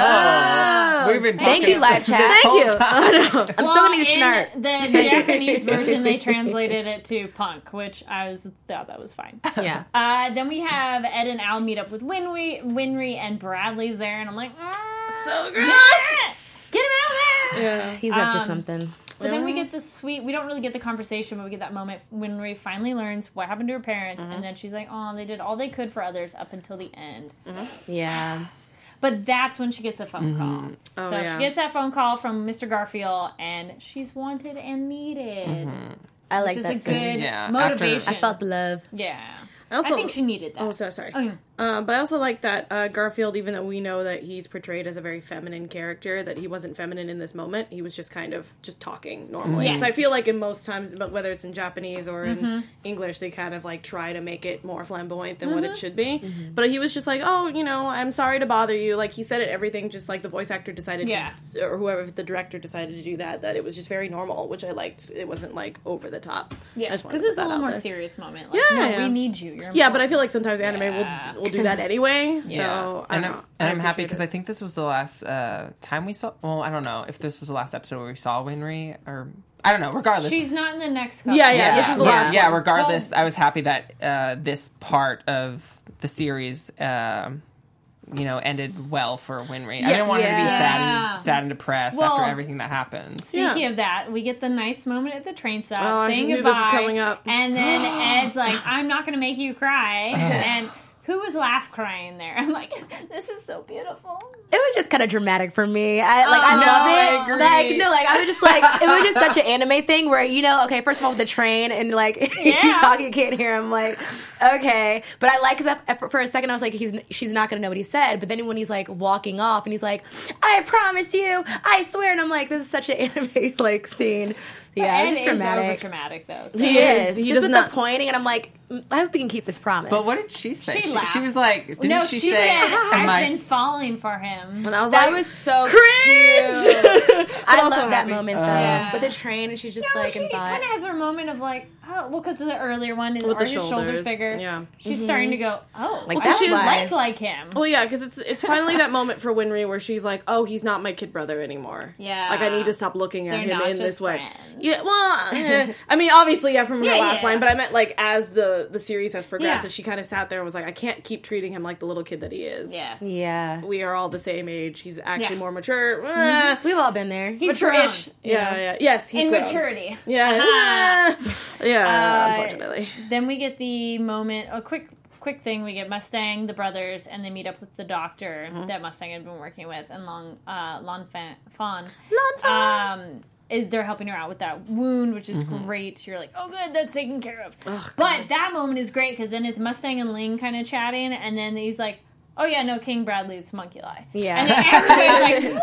Speaker 6: oh. We've been
Speaker 4: thank
Speaker 6: talking
Speaker 4: you, live chat.
Speaker 5: Thank you.
Speaker 4: I'm still gonna
Speaker 1: Well,
Speaker 4: use
Speaker 1: in
Speaker 4: snart.
Speaker 1: The Japanese version they translated it to punk, which I was thought that was fine.
Speaker 4: Yeah.
Speaker 1: Uh, then we have Ed and Al meet up with Winry, Winry and Bradley's there, and I'm like, "Ah, *laughs*
Speaker 5: So gross.
Speaker 1: get him out of there.
Speaker 5: Yeah.
Speaker 4: He's up
Speaker 1: Um,
Speaker 4: to something.
Speaker 1: But then we get this sweet. We don't really get the conversation, but we get that moment when Ray finally learns what happened to her parents,
Speaker 6: Mm-hmm.
Speaker 1: and then she's like, "Oh, they did all they could for others up until the end."
Speaker 4: Yeah.
Speaker 1: But that's when she gets a phone
Speaker 4: Mm-hmm.
Speaker 1: call. so
Speaker 5: Oh, yeah.
Speaker 1: she gets that phone call from Mr. Garfield, and she's wanted and needed,
Speaker 4: I Mm-hmm. like
Speaker 1: which is
Speaker 4: that.
Speaker 1: a
Speaker 4: scene.
Speaker 1: good
Speaker 6: Yeah,
Speaker 1: motivation.
Speaker 4: I felt the love.
Speaker 1: yeah,
Speaker 5: also-
Speaker 1: I think she needed that.
Speaker 5: Oh, so sorry.
Speaker 1: yeah.
Speaker 5: Um, but I also like that uh, Garfield, even though we know that he's portrayed as a very feminine character, that he wasn't feminine in this moment. He was just kind of just talking
Speaker 1: Mm-hmm.
Speaker 5: normally.
Speaker 1: Yes. Mm-hmm.
Speaker 5: So I feel like in most times, but whether it's in Japanese or in English, they kind of like try to make it more flamboyant than what
Speaker 1: Mm-hmm.
Speaker 5: it should be. But he was just like, oh, you know, I'm sorry to bother you. Like he said it, everything just like the voice actor decided
Speaker 1: Yeah.
Speaker 5: to, or whoever the director decided to do that, that it was just very normal, which I liked. It wasn't like over the top. I
Speaker 1: Yeah,
Speaker 5: just wanted
Speaker 1: because
Speaker 5: to
Speaker 1: it was a
Speaker 5: put that
Speaker 1: little
Speaker 5: out
Speaker 1: more
Speaker 5: there.
Speaker 1: serious moment. Like,
Speaker 5: Yeah,
Speaker 1: no,
Speaker 5: yeah.
Speaker 1: we need you. You're
Speaker 5: Yeah, but I
Speaker 1: important.
Speaker 5: feel like sometimes anime
Speaker 1: Yeah.
Speaker 5: will will do that anyway. So
Speaker 6: Yes.
Speaker 5: I
Speaker 6: and I'm,
Speaker 5: don't know.
Speaker 6: and
Speaker 5: I
Speaker 6: I'm happy
Speaker 5: appreciate
Speaker 6: because
Speaker 5: it.
Speaker 6: I think this was the last uh, time we saw. Well, I don't know if this was the last episode where we saw Winry or I don't know. Regardless,
Speaker 1: she's not in the next. Couple.
Speaker 5: Yeah, yeah, this was the
Speaker 6: yeah,
Speaker 5: last.
Speaker 6: yeah,
Speaker 5: one.
Speaker 6: regardless, I was happy that uh, this part of the series um, you know, ended well for Winry. I
Speaker 5: Yes.
Speaker 6: didn't want her to be
Speaker 4: Yeah.
Speaker 6: sad
Speaker 1: Yeah.
Speaker 6: and, sad and depressed
Speaker 1: Well-
Speaker 6: after everything that happens.
Speaker 1: Speaking
Speaker 5: Yeah.
Speaker 1: of that, we get the nice moment at the train stop
Speaker 5: Oh, I
Speaker 1: saying
Speaker 5: knew this
Speaker 1: goodbye.
Speaker 5: was coming up.
Speaker 1: And
Speaker 5: *gasps*
Speaker 1: then Ed's like, I'm not going to make you
Speaker 4: *laughs*
Speaker 1: cry. and who was laugh crying there? *laughs* I'm like, this is so beautiful.
Speaker 4: It was just kind of dramatic for me. I like I
Speaker 1: Oh, I
Speaker 4: love it.
Speaker 1: agree.
Speaker 4: Like no, like I was just like it was just such an anime thing where you know, okay, first of all with the train and like *laughs* you
Speaker 1: Yeah.
Speaker 4: talk, you can't hear him. Like okay, but I like because for a second I was like he's she's not gonna know what he said, but then when he's like walking off and he's like, I promise you, I swear, and I'm like this is such an *laughs* anime like scene. Yeah,
Speaker 1: Ed
Speaker 4: it's just
Speaker 1: is over
Speaker 4: dramatic.
Speaker 1: dramatic though. So.
Speaker 4: He
Speaker 5: is.
Speaker 4: is
Speaker 5: He
Speaker 4: just
Speaker 5: does
Speaker 4: with
Speaker 5: not-
Speaker 4: the pointing, and I'm like, mm, I hope we can keep this promise.
Speaker 6: But what did she say?
Speaker 1: She laughed.
Speaker 6: was like, didn't
Speaker 1: no,
Speaker 6: she,
Speaker 1: she,
Speaker 6: say,
Speaker 1: said,
Speaker 6: am
Speaker 1: I've
Speaker 6: I-
Speaker 1: been falling for him.
Speaker 5: And I was
Speaker 4: that
Speaker 5: like,
Speaker 4: was so
Speaker 6: *laughs*
Speaker 5: cringe.
Speaker 4: I love
Speaker 5: also
Speaker 4: that
Speaker 5: happy.
Speaker 4: moment though
Speaker 1: Yeah.
Speaker 4: with the train, and she's just
Speaker 1: No,
Speaker 4: like,
Speaker 1: she
Speaker 4: and
Speaker 1: kind
Speaker 4: bye.
Speaker 1: of has her moment of like, oh, well, because of the earlier one, and
Speaker 5: With
Speaker 1: are
Speaker 5: the
Speaker 1: his shoulders.
Speaker 5: shoulders,
Speaker 1: bigger.
Speaker 5: yeah.
Speaker 1: she's starting to go, oh, like,
Speaker 4: that
Speaker 1: she was
Speaker 4: vibe.
Speaker 1: like like him.
Speaker 5: Well, yeah, because it's it's finally that moment for Winry where she's like, "Oh, he's not my kid brother anymore.
Speaker 1: Yeah.
Speaker 5: like I need to stop looking at
Speaker 1: They're
Speaker 5: him
Speaker 1: not
Speaker 5: in this
Speaker 1: just
Speaker 5: way.
Speaker 1: friends.
Speaker 5: Yeah, well, eh, I mean, obviously, yeah, from her
Speaker 1: Yeah,
Speaker 5: last
Speaker 1: yeah.
Speaker 5: line, but I meant like as the the series has progressed,
Speaker 1: Yeah.
Speaker 5: and she kind of sat there and was like, "I can't keep treating him like the little kid that he is.
Speaker 1: yes,
Speaker 4: Yeah,
Speaker 5: we are all the same age. He's actually
Speaker 1: Yeah.
Speaker 5: more mature. Eh,
Speaker 4: we've all been there.
Speaker 1: he's
Speaker 5: mature-ish.
Speaker 1: grown
Speaker 5: Yeah, yeah, yes, he's
Speaker 1: in
Speaker 5: grown.
Speaker 1: maturity.
Speaker 5: Yeah, *laughs* yeah,
Speaker 1: Uh,
Speaker 5: unfortunately,
Speaker 1: Then we get the moment, a quick quick thing. We get Mustang, the brothers, and they meet up with the doctor
Speaker 5: Mm-hmm.
Speaker 1: that Mustang had been working with, and Long uh, Lon Fan, Fawn.
Speaker 5: Lon Fan. Mm-hmm.
Speaker 1: Um, is they're helping her out with that wound, which is great. You're like, oh, good, that's taken care of. but that moment is great because then it's Mustang and Ling kind of chatting, and then he's like. Oh yeah, no, King Bradley's monkey lie.
Speaker 4: Yeah.
Speaker 1: and then everybody's like,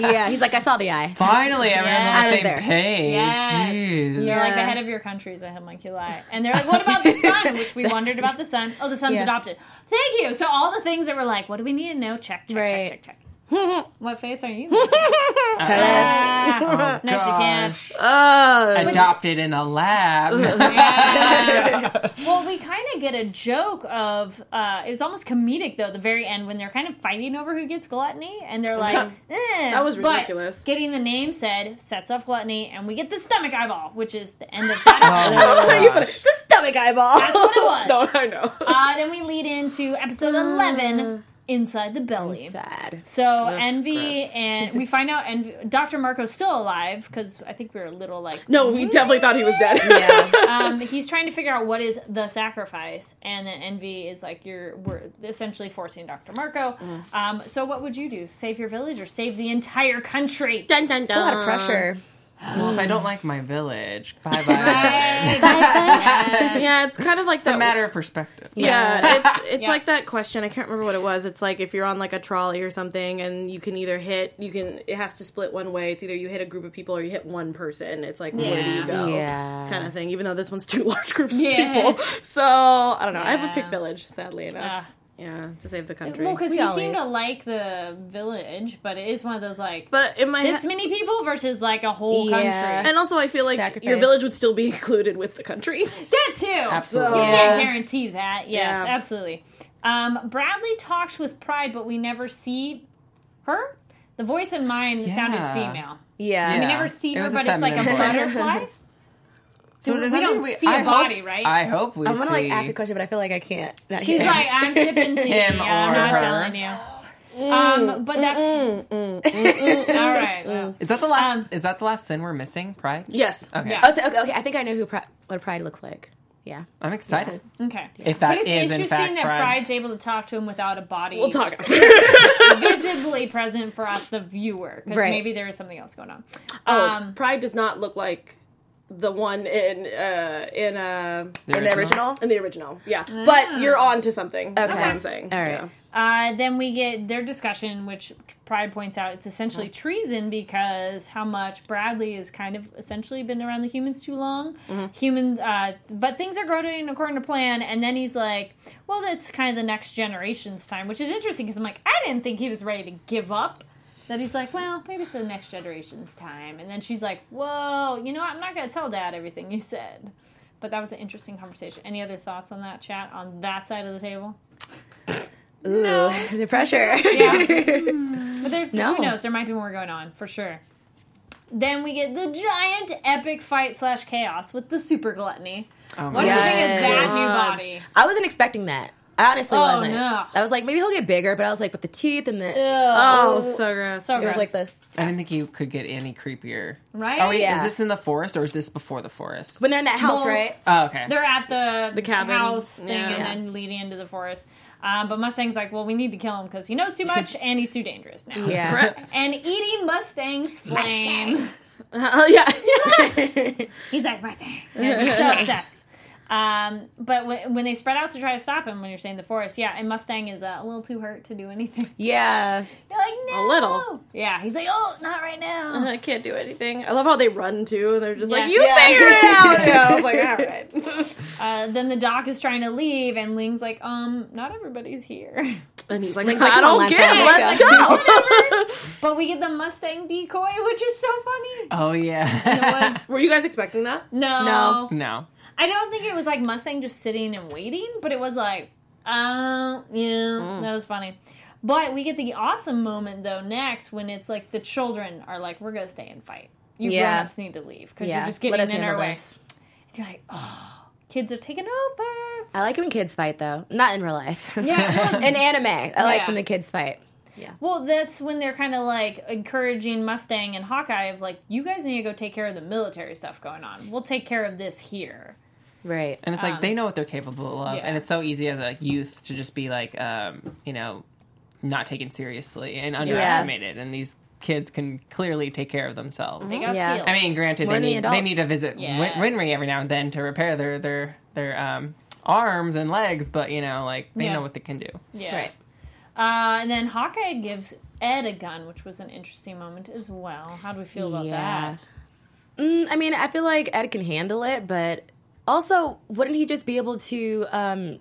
Speaker 1: "What?"
Speaker 4: *laughs* Yeah, he's like, I saw the eye.
Speaker 6: Finally, everyone's
Speaker 1: Yes.
Speaker 6: on
Speaker 4: Out
Speaker 6: the
Speaker 4: of
Speaker 6: same
Speaker 4: there.
Speaker 6: page.
Speaker 1: Yes.
Speaker 6: Jeez.
Speaker 1: You're like the
Speaker 4: Yeah.
Speaker 1: head of your country is a homunculi. And they're like, what about the son? Which we wondered about the son. Oh, the son's
Speaker 4: Yeah.
Speaker 1: adopted. Thank you. So all the things that were like, what do we need to know? Check, check,
Speaker 4: Right.
Speaker 1: check, check, check. *laughs* what face are you? making?
Speaker 5: um, *laughs*
Speaker 1: Ah, no, she can't.
Speaker 5: uh,
Speaker 6: Adopted in a lab.
Speaker 1: *laughs* Yeah. well, we kind of get a joke of uh, it was almost comedic though. The very end when they're kind of fighting over who gets gluttony, and they're like, "That
Speaker 5: was ridiculous.
Speaker 1: getting the name said sets off gluttony, and we get the stomach eyeball, which is the end of that.
Speaker 6: *laughs* Oh,
Speaker 5: you
Speaker 6: gosh.
Speaker 5: put it- the stomach eyeball.
Speaker 1: That's what it
Speaker 4: *laughs*
Speaker 1: was.
Speaker 5: no, I know.
Speaker 4: Oh.
Speaker 1: Uh, then we lead into episode 11, Inside the Belly.
Speaker 4: Sad.
Speaker 1: So Envy, and we find out Envy, Dr. Marco's still alive because I think we were a little like.
Speaker 5: No, we definitely thought he was dead. *laughs*
Speaker 4: Yeah.
Speaker 1: *laughs* Um, he's trying to figure out what is the sacrifice, and then Envy is like, you're we're essentially forcing Dr. Marco.
Speaker 5: Mm.
Speaker 1: Um, so what would you do? Save your village or save the entire
Speaker 5: *laughs*
Speaker 1: country?
Speaker 5: dun, dun, dun.
Speaker 4: A lot of pressure.
Speaker 6: well, if I don't like my village, bye
Speaker 1: *laughs*
Speaker 6: bye.
Speaker 5: Yeah, it's kind of like
Speaker 6: It's
Speaker 5: that
Speaker 6: a matter of perspective.
Speaker 5: *laughs* Yeah, it's it's
Speaker 1: Yeah.
Speaker 5: like that question. I can't remember what it was. It's like if you're on like a trolley or something, and you can either hit, you can it has to split one way. It's either you hit a group of people or you hit one person. It's like where do
Speaker 1: Yeah.
Speaker 5: you go,
Speaker 4: Um, Yeah.
Speaker 5: kind of thing. Even though this one's two *laughs* large groups of
Speaker 1: Yes.
Speaker 5: people, so I don't know. I
Speaker 1: Yeah.
Speaker 5: would pick village, sadly enough. yeah, to save the
Speaker 1: *laughs*
Speaker 5: country.
Speaker 1: Well, because
Speaker 4: We
Speaker 1: he
Speaker 4: all
Speaker 1: seemed
Speaker 4: eat.
Speaker 1: to like the village, but it is one of those like
Speaker 5: but in my
Speaker 1: this
Speaker 5: head,
Speaker 1: many people versus like a whole
Speaker 4: Yeah.
Speaker 1: country.
Speaker 5: *laughs* and also I feel like your
Speaker 4: Sacrifice.
Speaker 5: village would still be *laughs* included with the country.
Speaker 1: That too.
Speaker 6: Absolutely.
Speaker 1: You
Speaker 4: Yeah.
Speaker 1: can't guarantee that. Yes,
Speaker 5: Yeah.
Speaker 1: absolutely. Um, Bradley talks with pride, but we never see her. The voice in mine sounded
Speaker 6: Yeah.
Speaker 1: female.
Speaker 4: Yeah.
Speaker 1: We
Speaker 6: Yeah.
Speaker 1: never see
Speaker 6: It
Speaker 1: her,
Speaker 6: was a
Speaker 1: but it's like a
Speaker 6: feminine voice. *laughs*
Speaker 1: butterfly.
Speaker 6: So
Speaker 1: we-
Speaker 6: does
Speaker 1: we
Speaker 6: that mean
Speaker 1: don't see a
Speaker 6: hope-
Speaker 1: body, right?
Speaker 6: I hope we
Speaker 4: I
Speaker 6: see.
Speaker 4: want to like ask a question, but I feel like I can't. Not
Speaker 1: She's
Speaker 4: here.
Speaker 1: like, I'm sipping tea.
Speaker 6: Him
Speaker 1: I'm
Speaker 6: or
Speaker 1: not
Speaker 6: her.
Speaker 1: telling you. Um, but that's
Speaker 5: Mm,
Speaker 1: *laughs* all right. Well,
Speaker 6: Is that the last?
Speaker 1: Um,
Speaker 6: is that the last sin we're missing? Pride.
Speaker 5: *laughs* Yes.
Speaker 6: Okay.
Speaker 1: Yeah.
Speaker 4: Oh, so, okay, okay. I think I know who pri- what pride looks like. Yeah.
Speaker 6: I'm excited.
Speaker 1: okay.
Speaker 6: If that
Speaker 1: but it's
Speaker 6: is
Speaker 1: interesting
Speaker 6: in fact
Speaker 1: that
Speaker 6: pride.
Speaker 1: Pride's able to talk to him without a body
Speaker 5: *laughs* We'll talk. after.
Speaker 1: visibly present for us, the viewer, because
Speaker 4: Right.
Speaker 1: maybe there is something else going on.
Speaker 5: Oh,
Speaker 1: Um,
Speaker 5: Pride does not look like the one in uh, in uh,
Speaker 4: In the original.
Speaker 5: in the original. Yeah, but you're on to something. That's what
Speaker 4: Okay.
Speaker 5: I'm saying.
Speaker 4: All right.
Speaker 5: Yeah.
Speaker 1: Uh, then we get their discussion, which Pride points out it's essentially treason because how much Bradley has kind of essentially been around the humans too long. Humans, uh, but things are growing according to plan, and then he's like, "Well, that's kind of the next generation's time," which is interesting because I'm like, I didn't think he was ready to give up. That he's like, "Well, maybe it's the next generation's time," and then she's like, "Whoa, you know, what? I'm not going to tell Dad everything you said." But that was an interesting conversation. Any other thoughts on that chat on that side of the table?
Speaker 4: Ooh, *laughs* the pressure. *laughs*
Speaker 1: But there,
Speaker 4: No.
Speaker 1: who knows? There might be more going on for sure. Then we get the giant epic fight slash chaos with the super gluttony.
Speaker 6: Oh my
Speaker 1: What do you think of
Speaker 4: Yes.
Speaker 1: that new body?
Speaker 4: I wasn't expecting that. I honestly
Speaker 1: Oh,
Speaker 4: wasn't.
Speaker 1: no.
Speaker 4: I was like, maybe he'll get bigger, but I was like, with the teeth and the.
Speaker 5: Oh, so gross.
Speaker 1: So
Speaker 4: It was
Speaker 1: gross.
Speaker 4: like this.
Speaker 6: I didn't think you could get any creepier.
Speaker 1: Right?
Speaker 6: Oh, wait,
Speaker 4: Yeah.
Speaker 6: is this in the forest or is this before the forest?
Speaker 4: When they're in that house,
Speaker 1: Both. *laughs*
Speaker 4: right?
Speaker 6: oh, okay.
Speaker 1: They're at the,
Speaker 5: The cabin.
Speaker 1: house thing
Speaker 5: Yeah.
Speaker 1: and then leading into the forest. Um, but Mustang's like, well, we need to kill him because he knows too
Speaker 4: *laughs*
Speaker 1: much and he's too dangerous now.
Speaker 4: Yeah.
Speaker 5: Correct.
Speaker 1: And eating Mustang's flame.
Speaker 5: Oh *laughs* yeah.
Speaker 4: *laughs*
Speaker 5: Yes.
Speaker 1: He's like Mustang. Yeah, he's so obsessed. Um, but when, when they spread out to try to stop him, when you're saying the forest, yeah, and Mustang is uh, a little too hurt to do anything.
Speaker 4: yeah.
Speaker 1: They're like, no,
Speaker 5: little.
Speaker 1: Yeah, he's like, oh, not right now.
Speaker 4: Uh-huh.
Speaker 5: I can't do anything. I love how they run too. They're just like,
Speaker 1: Yeah.
Speaker 5: you
Speaker 1: Yeah.
Speaker 5: figure it *laughs* out. Yeah, I was like, all right. *laughs*
Speaker 1: Uh, then the doc is trying to leave, and Ling's like, um, not everybody's here. *laughs*
Speaker 5: And he's like,
Speaker 4: Link's
Speaker 5: I
Speaker 4: like, "Come on,
Speaker 5: don't
Speaker 4: Lance,
Speaker 5: care.
Speaker 4: let's
Speaker 5: Let's go.
Speaker 1: But we get the Mustang decoy, which is so funny.
Speaker 6: *laughs* oh, yeah.
Speaker 5: Were you guys expecting that?
Speaker 1: No,
Speaker 4: No.
Speaker 6: *laughs* no.
Speaker 1: I don't think it was like Mustang just sitting and waiting, but it was like, um, yeah,
Speaker 4: Mm.
Speaker 1: that was funny. But we get the awesome moment though next when it's like the children are like, we're gonna stay and fight. You
Speaker 4: Yeah.
Speaker 1: grown-ups need to leave because
Speaker 4: Yeah.
Speaker 1: you're just
Speaker 4: Let us
Speaker 1: getting in our
Speaker 4: handle
Speaker 1: way.
Speaker 4: this.
Speaker 1: And you're like, oh, kids have taken over.
Speaker 4: I like when kids fight, though. Not in real life.
Speaker 1: Yeah.
Speaker 4: *laughs* in anime, I
Speaker 1: Yeah.
Speaker 4: like when the kids fight.
Speaker 1: *laughs* Well, that's when they're kind of like encouraging Mustang and Hawkeye of like, you guys need to go take care of the military stuff going on. We'll take care of this here.
Speaker 4: Right.
Speaker 6: And it's like they know what they're capable of,
Speaker 1: Um, yeah.
Speaker 6: and it's so easy as a youth to just be like, um, you know, not taken seriously and underestimated. And these kids can clearly take care of themselves.
Speaker 1: They got
Speaker 4: Yeah.
Speaker 1: skills.
Speaker 6: I mean, granted,
Speaker 4: More
Speaker 6: they
Speaker 4: than the
Speaker 6: need they
Speaker 4: adults.
Speaker 6: need to visit Win-
Speaker 1: Yes.
Speaker 6: Winry every now and then to repair their their their um, arms and legs, but you know, like they
Speaker 1: Yeah.
Speaker 6: know what they can do.
Speaker 1: yeah.
Speaker 4: Right.
Speaker 1: Uh, and then Hawkeye gives Ed a gun, which was an interesting moment as well. How do we feel about
Speaker 4: Yeah.
Speaker 1: that?
Speaker 4: Mm, I mean, I feel like Ed can handle it, but also, wouldn't he just be able to um,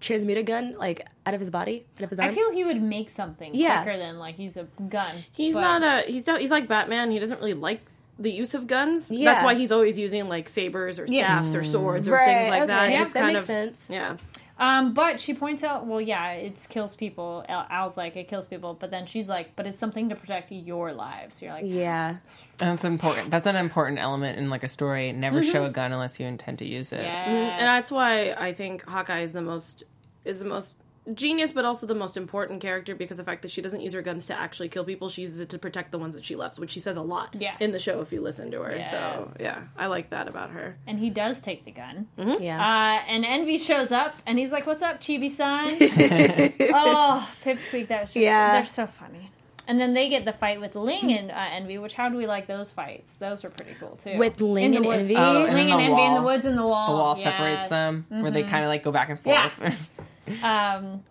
Speaker 4: transmute a gun like out of his body, out of his arm?
Speaker 1: I feel he would make something
Speaker 4: Yeah.
Speaker 1: quicker than like use a gun.
Speaker 5: He's not a. He's not, he's like Batman. He doesn't really like the use of guns.
Speaker 4: Yeah.
Speaker 5: That's why he's always using like sabers or
Speaker 1: Yes.
Speaker 5: staffs or swords or
Speaker 4: Right,
Speaker 5: things like that.
Speaker 4: okay.
Speaker 5: And
Speaker 4: Yeah,
Speaker 5: it's
Speaker 4: that
Speaker 5: kind
Speaker 4: makes
Speaker 5: of,
Speaker 4: sense.
Speaker 5: Yeah.
Speaker 1: Um, but she points out, well, yeah, it kills people. Al- Al's like, it kills people, but then she's like, but it's something to protect your lives. You're like,
Speaker 4: yeah.
Speaker 6: And that's important. That's an important element in like a story. Never show a gun unless you intend to use it.
Speaker 1: yes.
Speaker 5: Mm, And that's why I think Hawkeye is the most is the most genius, but also the most important character because the fact that she doesn't use her guns to actually kill people, she uses it to protect the ones that she loves, which she says a lot
Speaker 1: Yes.
Speaker 5: in the show if you listen to her.
Speaker 1: Yes.
Speaker 5: So yeah, I like that about her.
Speaker 1: and he does take the gun.
Speaker 4: Yeah.
Speaker 1: Uh, and Envy shows up, and he's like, "What's up, Chibi San?"
Speaker 4: *laughs*
Speaker 1: oh, Pipsqueak, that was just,
Speaker 4: Yeah.
Speaker 1: they're so funny. And then they get the fight with Ling and uh, Envy. Which how do we like those fights? Those were pretty cool too.
Speaker 4: With Ling
Speaker 1: In the
Speaker 4: and
Speaker 1: woods. Uh,
Speaker 4: Envy?
Speaker 6: Oh,
Speaker 1: Ling and
Speaker 6: the
Speaker 1: Envy in the
Speaker 6: wall.
Speaker 1: woods and the wall.
Speaker 6: The wall
Speaker 1: Yes.
Speaker 6: separates them, where they kind of like go back and forth. *laughs*
Speaker 1: Yeah. Um,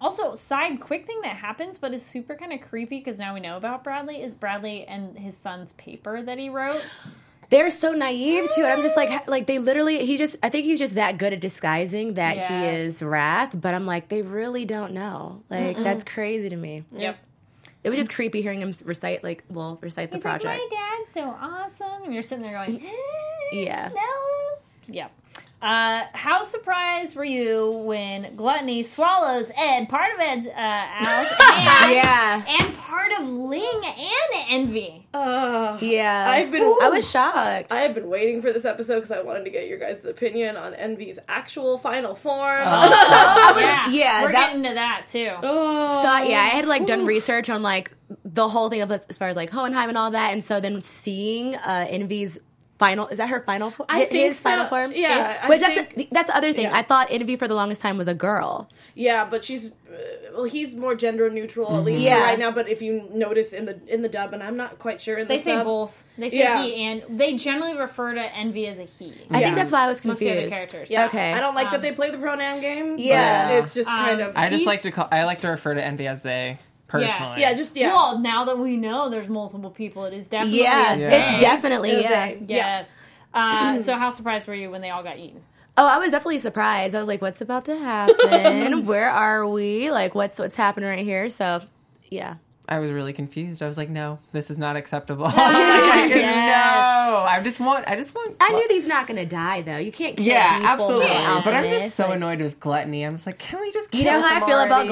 Speaker 1: also, side quick thing that happens, but is super kind of creepy because now we know about Bradley is Bradley and his son's paper that he wrote.
Speaker 4: They're so naive to it. I'm just like, ha- like they literally. He just. I think he's just that good at disguising that
Speaker 1: Yes.
Speaker 4: he is Wrath. But I'm like, they really don't know. Like that's crazy to me.
Speaker 1: Yep.
Speaker 4: It was just creepy hearing him recite, like, well, recite the
Speaker 1: He's like,
Speaker 4: project.
Speaker 1: my dad's so awesome. And you're sitting there going, "Eh,
Speaker 4: Yeah.
Speaker 1: No. Yep. Uh, how surprised were you when Gluttony swallows Ed, part of Ed's uh, *laughs* Al's, and,
Speaker 4: yeah,
Speaker 1: and part of Ling and Envy?
Speaker 4: yeah.
Speaker 5: I've been- Um,
Speaker 4: I was shocked.
Speaker 5: I have been waiting for this episode because I wanted to get your guys' opinion on Envy's actual final form.
Speaker 1: yeah.
Speaker 4: yeah,
Speaker 1: We're
Speaker 4: that-
Speaker 1: getting to that Oh, too.
Speaker 4: So yeah, I had like done research on like the whole thing of as far as like Hohenheim and all that, and so then seeing uh, Envy's final is that her final form?
Speaker 5: I think
Speaker 4: his final
Speaker 5: so.
Speaker 4: form.
Speaker 5: Yeah,
Speaker 4: It's-
Speaker 5: I
Speaker 4: which that's
Speaker 5: think-
Speaker 4: that's the other thing.
Speaker 5: yeah.
Speaker 4: I thought Envy for the longest time was a girl.
Speaker 5: *laughs* Yeah, but she's uh, well. He's more gender neutral at least for
Speaker 4: Yeah.
Speaker 5: right now. But if you notice in the in the dub, and I'm not quite sure in the
Speaker 1: They say
Speaker 5: sub,
Speaker 1: both. They say
Speaker 5: Yeah.
Speaker 1: he and they generally refer to Envy as a he.
Speaker 4: I
Speaker 5: Yeah.
Speaker 4: think that's why I was
Speaker 1: Most of the
Speaker 4: confused.
Speaker 1: other characters.
Speaker 5: Yeah,
Speaker 4: Okay.
Speaker 5: I don't like
Speaker 1: Um,
Speaker 5: that they play the pronoun game. but
Speaker 4: Yeah.
Speaker 5: it's just kind of
Speaker 6: I just
Speaker 1: He's-
Speaker 6: like to call. I like to refer to envy as they personally.
Speaker 5: yeah, just yeah.
Speaker 1: Well, now that we know there's multiple people, it is definitely
Speaker 4: Yeah,
Speaker 1: a
Speaker 6: Yeah.
Speaker 1: they.
Speaker 4: it's definitely
Speaker 5: Okay,
Speaker 4: yeah.
Speaker 5: yeah.
Speaker 1: Yes. *clears throat* Uh, so how surprised were you when they all got eaten?
Speaker 4: Oh, I was definitely surprised. I was like, "What's *laughs* about to happen? Where are we? Like, what's what's happening right here?" So, yeah,
Speaker 6: I was really confused. I was like, no, this is not acceptable. *laughs*
Speaker 1: Yes.
Speaker 6: Like, No, I just want, I just want.
Speaker 4: I knew these not going to die though. You can't kill
Speaker 6: yeah,
Speaker 4: people
Speaker 6: absolutely.
Speaker 4: without
Speaker 6: But I'm
Speaker 4: this,
Speaker 6: just so
Speaker 4: like-
Speaker 6: annoyed with gluttony. I'm just like, can we just? Kill
Speaker 4: You know how I feel about
Speaker 6: somebody?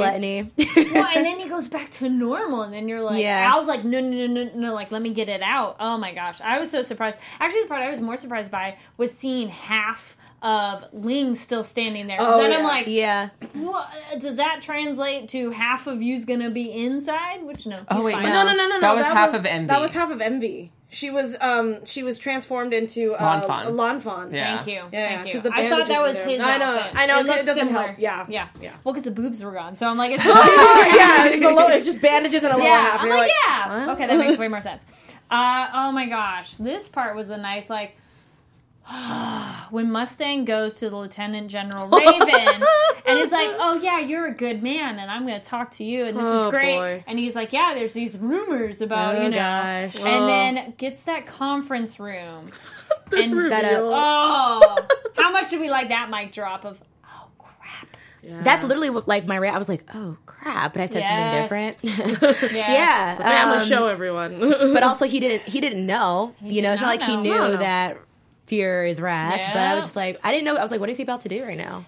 Speaker 4: gluttony. *laughs*
Speaker 1: well, and then he goes back to normal, and then you're like,
Speaker 4: Yeah.
Speaker 1: Al's like, no, no, no, no, no, like, let me get it out. Oh my gosh. I was so surprised. Actually, the part I was more surprised by was seeing half of Ling still standing there. 'Cause
Speaker 5: Oh,
Speaker 1: then I'm
Speaker 5: yeah.
Speaker 1: like,
Speaker 4: yeah.
Speaker 1: "Wha- does that translate to half of you's gonna be inside? Which, no.
Speaker 6: Oh
Speaker 1: he's
Speaker 6: wait,
Speaker 1: fine.
Speaker 6: no.
Speaker 5: No, no, no, no, no.
Speaker 6: That was half of Envy.
Speaker 5: That was half of envy. She was um she was transformed into uh,
Speaker 6: Lanfan.
Speaker 5: Lanfan.
Speaker 6: Yeah.
Speaker 1: Thank you.
Speaker 5: Yeah,
Speaker 1: Thank you.
Speaker 5: 'cause the
Speaker 1: I thought
Speaker 5: bandages
Speaker 1: that
Speaker 5: were
Speaker 1: was
Speaker 5: there.
Speaker 1: his
Speaker 5: I know,
Speaker 1: outfit.
Speaker 5: I know, 'cause it
Speaker 1: looks
Speaker 5: doesn't
Speaker 1: similar.
Speaker 5: help. Yeah.
Speaker 1: Yeah.
Speaker 5: Yeah.
Speaker 1: Well, because the boobs were gone. So I'm like, it's
Speaker 5: *laughs*
Speaker 1: just,
Speaker 5: *laughs* yeah, it's, just a low, it's just bandages and a lower
Speaker 1: yeah.
Speaker 5: half.
Speaker 1: I'm
Speaker 5: You're
Speaker 1: like, yeah. Okay, that makes way more sense. *laughs* Uh, oh my gosh. This part was a nice, like, *sighs* when Mustang goes to the Lieutenant *laughs* General Raven and is like, oh yeah, you're a good man and I'm going to talk to you and this is
Speaker 5: Oh,
Speaker 1: great.
Speaker 5: boy.
Speaker 1: And he's like, yeah, there's these rumors about, you know.
Speaker 4: gosh.
Speaker 1: And then gets that conference *laughs* room.
Speaker 5: This
Speaker 1: and
Speaker 4: set up-
Speaker 5: reveal.
Speaker 1: *laughs* Oh, how much did we like that mic drop of? Oh crap!
Speaker 4: That's literally what, like my rant. I was like, oh crap, but I said
Speaker 1: Yes.
Speaker 4: *laughs* something different. yeah,
Speaker 5: I'm gonna
Speaker 4: um,
Speaker 5: show everyone.
Speaker 4: But
Speaker 5: *laughs*
Speaker 4: also, he didn't. He didn't know. you know,
Speaker 1: did
Speaker 4: it's not
Speaker 1: not
Speaker 4: like he
Speaker 1: know.
Speaker 4: knew
Speaker 5: No, no.
Speaker 4: that fear is wrath. But I
Speaker 1: Yeah.
Speaker 4: was just like, I didn't know. I was like, what is he about to do right now?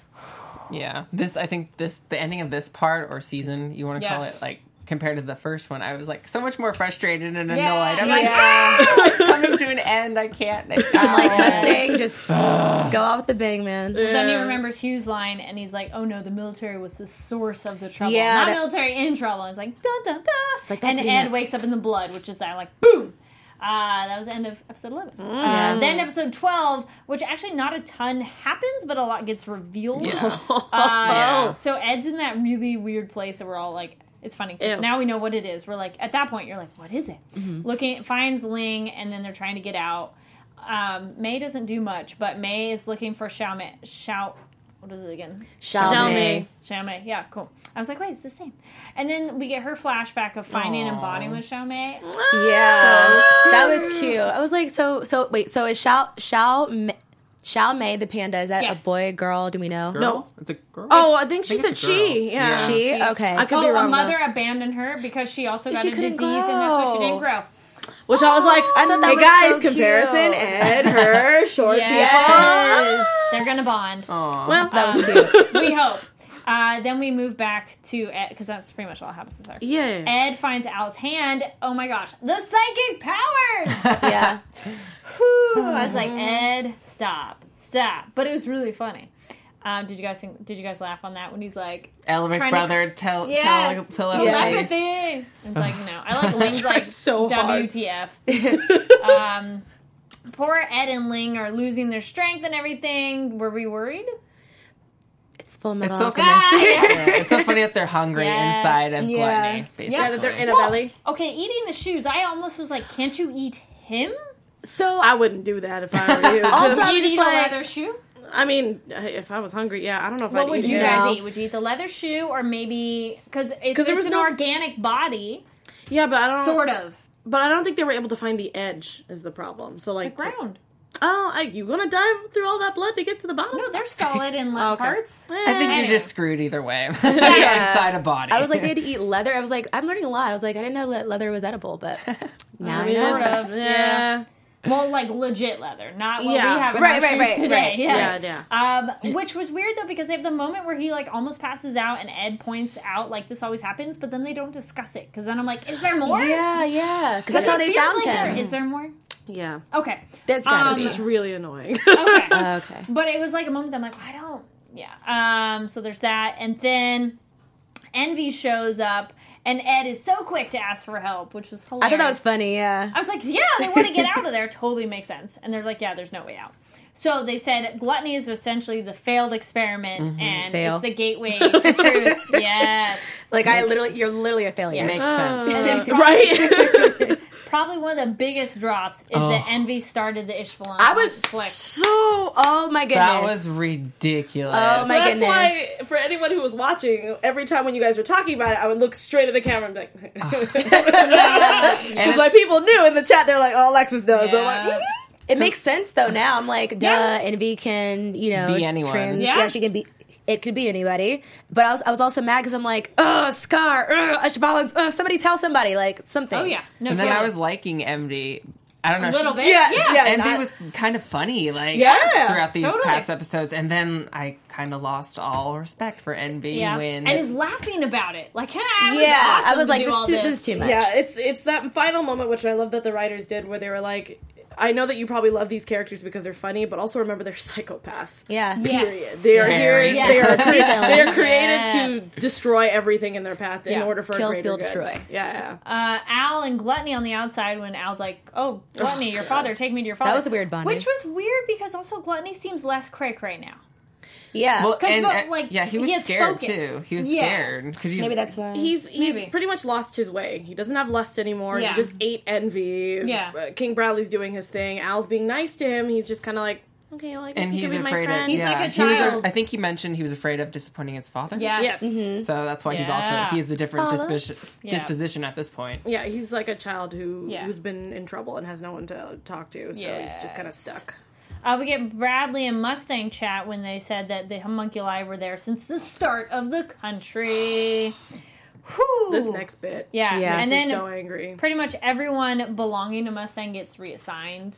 Speaker 6: Yeah. This I think this the ending of this part or season, you want to
Speaker 1: Yeah.
Speaker 6: call it like compared to the first one, I was like so much more frustrated and annoyed.
Speaker 1: Yeah.
Speaker 6: I'm like,
Speaker 1: Yeah.
Speaker 6: "Ah, it's coming to an end. I
Speaker 4: *laughs*
Speaker 6: can't.
Speaker 4: I'm like Mustang,
Speaker 6: *sighs*
Speaker 4: just, just go out with the bang, man.
Speaker 1: Then he remembers Hugh's line, and he's like, "Oh no, the military was the source of the trouble.
Speaker 4: Yeah,
Speaker 1: not
Speaker 4: that-
Speaker 1: military in trouble." And it's like, dun dun dun.
Speaker 4: like, that's
Speaker 1: and
Speaker 4: what he
Speaker 1: Ed
Speaker 4: meant.
Speaker 1: wakes up in the blood, which is that like boom. Uh, that was the end of episode eleven.
Speaker 4: Mm.
Speaker 1: Uh, then episode twelve, which actually not a ton happens, but a lot gets revealed. *laughs* Uh,
Speaker 4: *laughs*
Speaker 1: So Ed's in that really weird place, that we're all like, it's funny 'cause
Speaker 5: Ew. Mm-hmm.
Speaker 1: now we know what it is. We're like, at that point, you're like, what is it? Looking finds Ling, and then they're trying to get out. Um, May doesn't do much, but May is looking for Xiaomei. Xiao, what is it again?
Speaker 4: Shall
Speaker 5: Shall
Speaker 4: me.
Speaker 5: me.
Speaker 1: Xiaomei. Yeah, cool. I was like, wait, it's the same. And then we get her flashback of finding and bonding with Xiaomei.
Speaker 4: Yeah, that was cute. I was like, so, so wait, so is Shall Shall Me- Shall May the panda? Is that
Speaker 1: Yes.
Speaker 4: a boy, girl? Do we know?
Speaker 6: No, it's a girl.
Speaker 5: oh, I think she
Speaker 6: I think
Speaker 5: said
Speaker 6: it's a girl.
Speaker 5: she. Yeah.
Speaker 4: She okay.
Speaker 5: I could be
Speaker 1: Oh, a
Speaker 5: wrong. though.
Speaker 1: mother abandoned her because she also got
Speaker 4: she
Speaker 1: a
Speaker 4: couldn't
Speaker 1: disease, and that's why she didn't
Speaker 4: grow.
Speaker 1: grow.
Speaker 5: Which I was like,
Speaker 1: Oh,
Speaker 4: I thought that
Speaker 5: hey
Speaker 4: was
Speaker 5: guys,
Speaker 1: *laughs*
Speaker 4: so
Speaker 5: comparison
Speaker 4: cute.
Speaker 5: Ed, her, short
Speaker 4: Yes.
Speaker 1: They're gonna bond.
Speaker 6: Aw.
Speaker 5: people.
Speaker 6: *laughs*
Speaker 5: Well, that was
Speaker 1: Um,
Speaker 5: *laughs*
Speaker 1: we hope. Uh, then we move back to Ed because that's pretty much all that happens. Sorry.
Speaker 5: yeah.
Speaker 1: Ed finds Al's hand. Oh my gosh, the psychic
Speaker 5: *laughs*
Speaker 1: powers!
Speaker 6: *laughs*
Speaker 4: yeah. *laughs*
Speaker 1: Whew. I was like, Ed, stop, stop. But it was really funny. Um, did you guys think, did you guys laugh on that when he's like,
Speaker 6: Elric
Speaker 1: trying to-
Speaker 6: brother, tell
Speaker 1: yes,
Speaker 6: tell
Speaker 1: telepathy? It's like no, I
Speaker 5: *laughs*
Speaker 1: like Ling's like
Speaker 5: so hard.
Speaker 1: WTF.
Speaker 5: *laughs*
Speaker 1: um, poor Ed and Ling are losing their strength and everything. Were we worried?
Speaker 4: Full metal.
Speaker 6: It's so funny.
Speaker 1: Ah, *laughs* yeah.
Speaker 6: Yeah, it's so funny that they're hungry
Speaker 1: Yes.
Speaker 6: inside of
Speaker 4: Yeah.
Speaker 6: gluttony. Basically.
Speaker 1: Yeah,
Speaker 5: that they're in a
Speaker 1: Well,
Speaker 5: belly.
Speaker 1: Okay, eating the shoes. I almost was like, can't you eat him?
Speaker 4: So
Speaker 5: I wouldn't do that if I were you.
Speaker 4: *laughs* Also-
Speaker 5: Just-
Speaker 4: I was
Speaker 1: You'd eat
Speaker 4: like-
Speaker 1: a leather shoe.
Speaker 5: I mean, if I was hungry, yeah. I don't know if
Speaker 1: What
Speaker 5: I'd
Speaker 1: would
Speaker 5: eat
Speaker 1: you
Speaker 5: it.
Speaker 4: No.
Speaker 1: guys eat? Would you eat the leather shoe or maybe because it's,
Speaker 5: 'Cause there
Speaker 1: it's
Speaker 5: was
Speaker 1: an
Speaker 5: no-
Speaker 1: organic body,
Speaker 5: Yeah, but I don't.
Speaker 1: sort of
Speaker 5: But I don't think they were able to find the edge is the problem. So like, to-
Speaker 1: ground?
Speaker 5: oh, are you gonna dive through all that blood to get to the bottom?
Speaker 1: No, they're solid in like
Speaker 5: Okay.
Speaker 1: parts.
Speaker 5: Eh.
Speaker 6: I think
Speaker 1: Anyway.
Speaker 6: you're just screwed
Speaker 4: *laughs*
Speaker 6: either way. *laughs* inside a body.
Speaker 4: I was like, they
Speaker 6: *laughs*
Speaker 4: had to eat leather. I was like, I'm learning a lot. I was like, I didn't know that leather was edible, but now I
Speaker 5: mean,
Speaker 4: know.
Speaker 1: Sort
Speaker 5: that's-
Speaker 1: of,
Speaker 5: yeah.
Speaker 1: Well, like legit leather, not what
Speaker 5: Yeah.
Speaker 1: we have in
Speaker 4: Right,
Speaker 1: our
Speaker 4: right,
Speaker 1: shoes
Speaker 4: right,
Speaker 1: today.
Speaker 4: right,
Speaker 1: yeah,
Speaker 5: yeah,
Speaker 1: Um, which was weird though because they have the moment where he like almost passes out and Ed points out like this always happens, but then they don't discuss it because then I'm like, is there more?
Speaker 4: Yeah, yeah. Because that's
Speaker 1: It
Speaker 4: how they
Speaker 1: feels
Speaker 4: found
Speaker 1: like there-
Speaker 4: him.
Speaker 1: Is there more?
Speaker 5: yeah,
Speaker 1: Okay.
Speaker 4: That's got
Speaker 1: Um,
Speaker 5: It's just really annoying.
Speaker 1: *laughs*
Speaker 5: *laughs*
Speaker 1: Okay.
Speaker 4: Okay.
Speaker 1: But it was like a moment that I'm like, I don't. Yeah. Um. So there's that, and then Envy shows up, and Ed is so quick to ask for help, which was hilarious.
Speaker 4: I thought that was funny. Yeah.
Speaker 1: I was like, yeah, they want to get out of there. *laughs* Totally makes sense. And they're like, yeah, there's no way out. So they said gluttony is essentially the failed experiment, and
Speaker 4: Mm-hmm. Fail.
Speaker 1: it's the gateway to
Speaker 4: *laughs*
Speaker 1: truth. Yes,
Speaker 4: Like I literally, you're literally a failure.
Speaker 6: makes
Speaker 5: Uh,
Speaker 6: sense. *laughs*
Speaker 5: right?
Speaker 1: *laughs* probably one of the biggest drops is that envy started the Ishvalan.
Speaker 4: I was
Speaker 1: flick.
Speaker 4: so. Oh my goodness.
Speaker 6: That was ridiculous.
Speaker 4: Oh my
Speaker 5: That's
Speaker 4: goodness.
Speaker 5: why, for anyone who was watching, every time when you guys were talking about it, I would look straight at the camera and be like, *laughs*
Speaker 6: And
Speaker 5: because my
Speaker 6: it's-
Speaker 5: people knew in the chat, they're like, "Oh, Alexis knows." I'm like,
Speaker 1: Yeah.
Speaker 5: "Mhm."
Speaker 4: It makes sense though. Now I'm like, duh. Envy can, you know,
Speaker 6: Be anyone.
Speaker 4: Trans,
Speaker 1: Yeah.
Speaker 4: yeah. she can be. It could be anybody. But I was, I was also mad because I'm like, oh, Scar, ugh, Usher Rollins, ugh, uh, somebody tell somebody, like something.
Speaker 1: Oh yeah, *laughs* no.
Speaker 6: And then
Speaker 1: totally.
Speaker 6: I was liking MD. I don't know.
Speaker 1: a little
Speaker 6: she-
Speaker 1: bit.
Speaker 5: yeah, yeah,
Speaker 6: MD
Speaker 5: not-
Speaker 6: was kind of funny, like
Speaker 5: Yeah,
Speaker 6: throughout these
Speaker 1: totally.
Speaker 6: past episodes, and then I kind of lost all respect for Envy
Speaker 1: yeah,
Speaker 6: when
Speaker 1: and is laughing about it. Like, yeah,
Speaker 4: yeah. I was like,
Speaker 1: do
Speaker 4: this,
Speaker 1: all
Speaker 4: too,
Speaker 1: this.
Speaker 4: this is too much.
Speaker 5: Yeah, it's it's that final moment which I love that the writers did where they were like I know that you probably love these characters because they're funny, but also remember they're *laughs* psychopaths.
Speaker 4: yeah.
Speaker 1: Yes.
Speaker 5: Period. They are here.
Speaker 6: Very.
Speaker 5: They are.
Speaker 1: Yes.
Speaker 5: Cre- they are created
Speaker 1: Yes.
Speaker 5: to destroy everything in their path in
Speaker 1: Yeah.
Speaker 5: order for
Speaker 4: Kill,
Speaker 5: a greater
Speaker 4: steal,
Speaker 5: good.
Speaker 4: destroy.
Speaker 5: Yeah, yeah.
Speaker 1: uh, Al and Gluttony on the outside when Al's like, "Oh, Gluttony, your father, take me to your father."
Speaker 4: was a weird bonding.
Speaker 1: which was weird because also Gluttony seems less cray cray now.
Speaker 4: Yeah.
Speaker 6: well,
Speaker 1: Because,
Speaker 6: and,
Speaker 1: but,
Speaker 6: uh,
Speaker 1: like,
Speaker 6: yeah, he was
Speaker 1: he has
Speaker 6: scared
Speaker 1: focus.
Speaker 6: too. He was
Speaker 1: Yes.
Speaker 6: scared because
Speaker 4: Maybe that's why.
Speaker 5: He's he's
Speaker 1: Maybe.
Speaker 5: pretty much lost his way. He doesn't have lust anymore.
Speaker 1: Yeah.
Speaker 5: He just ate envy.
Speaker 1: Yeah.
Speaker 5: Uh, King Bradley's doing his thing. Al's being nice to him. He's just kind of like, okay, well, I guess
Speaker 6: and
Speaker 5: you
Speaker 6: he's
Speaker 5: could be my
Speaker 6: afraid of.
Speaker 5: friend.
Speaker 1: He's
Speaker 6: yeah.
Speaker 1: like a
Speaker 6: He was
Speaker 1: child.
Speaker 6: I think he mentioned he was afraid of disappointing his father.
Speaker 1: Yes.
Speaker 5: yes.
Speaker 4: Mm-hmm.
Speaker 6: So that's why he's also
Speaker 1: Mm-hmm. Yeah.
Speaker 6: he has a different
Speaker 4: Father.
Speaker 6: disposition,
Speaker 1: Yeah.
Speaker 6: disposition at this point.
Speaker 5: Yeah, he's like a child who
Speaker 1: Yeah.
Speaker 5: who's been in trouble and has no one to talk to, so he's just kind of
Speaker 1: Yes.
Speaker 5: stuck.
Speaker 1: Uh, we get Bradley and Mustang chat when they said that the homunculi were there since the start of the country. Whew.
Speaker 5: This next bit,
Speaker 1: yeah,
Speaker 4: Yeah.
Speaker 1: and
Speaker 5: makes
Speaker 1: then
Speaker 5: me so angry.
Speaker 1: pretty much everyone belonging to Mustang gets reassigned.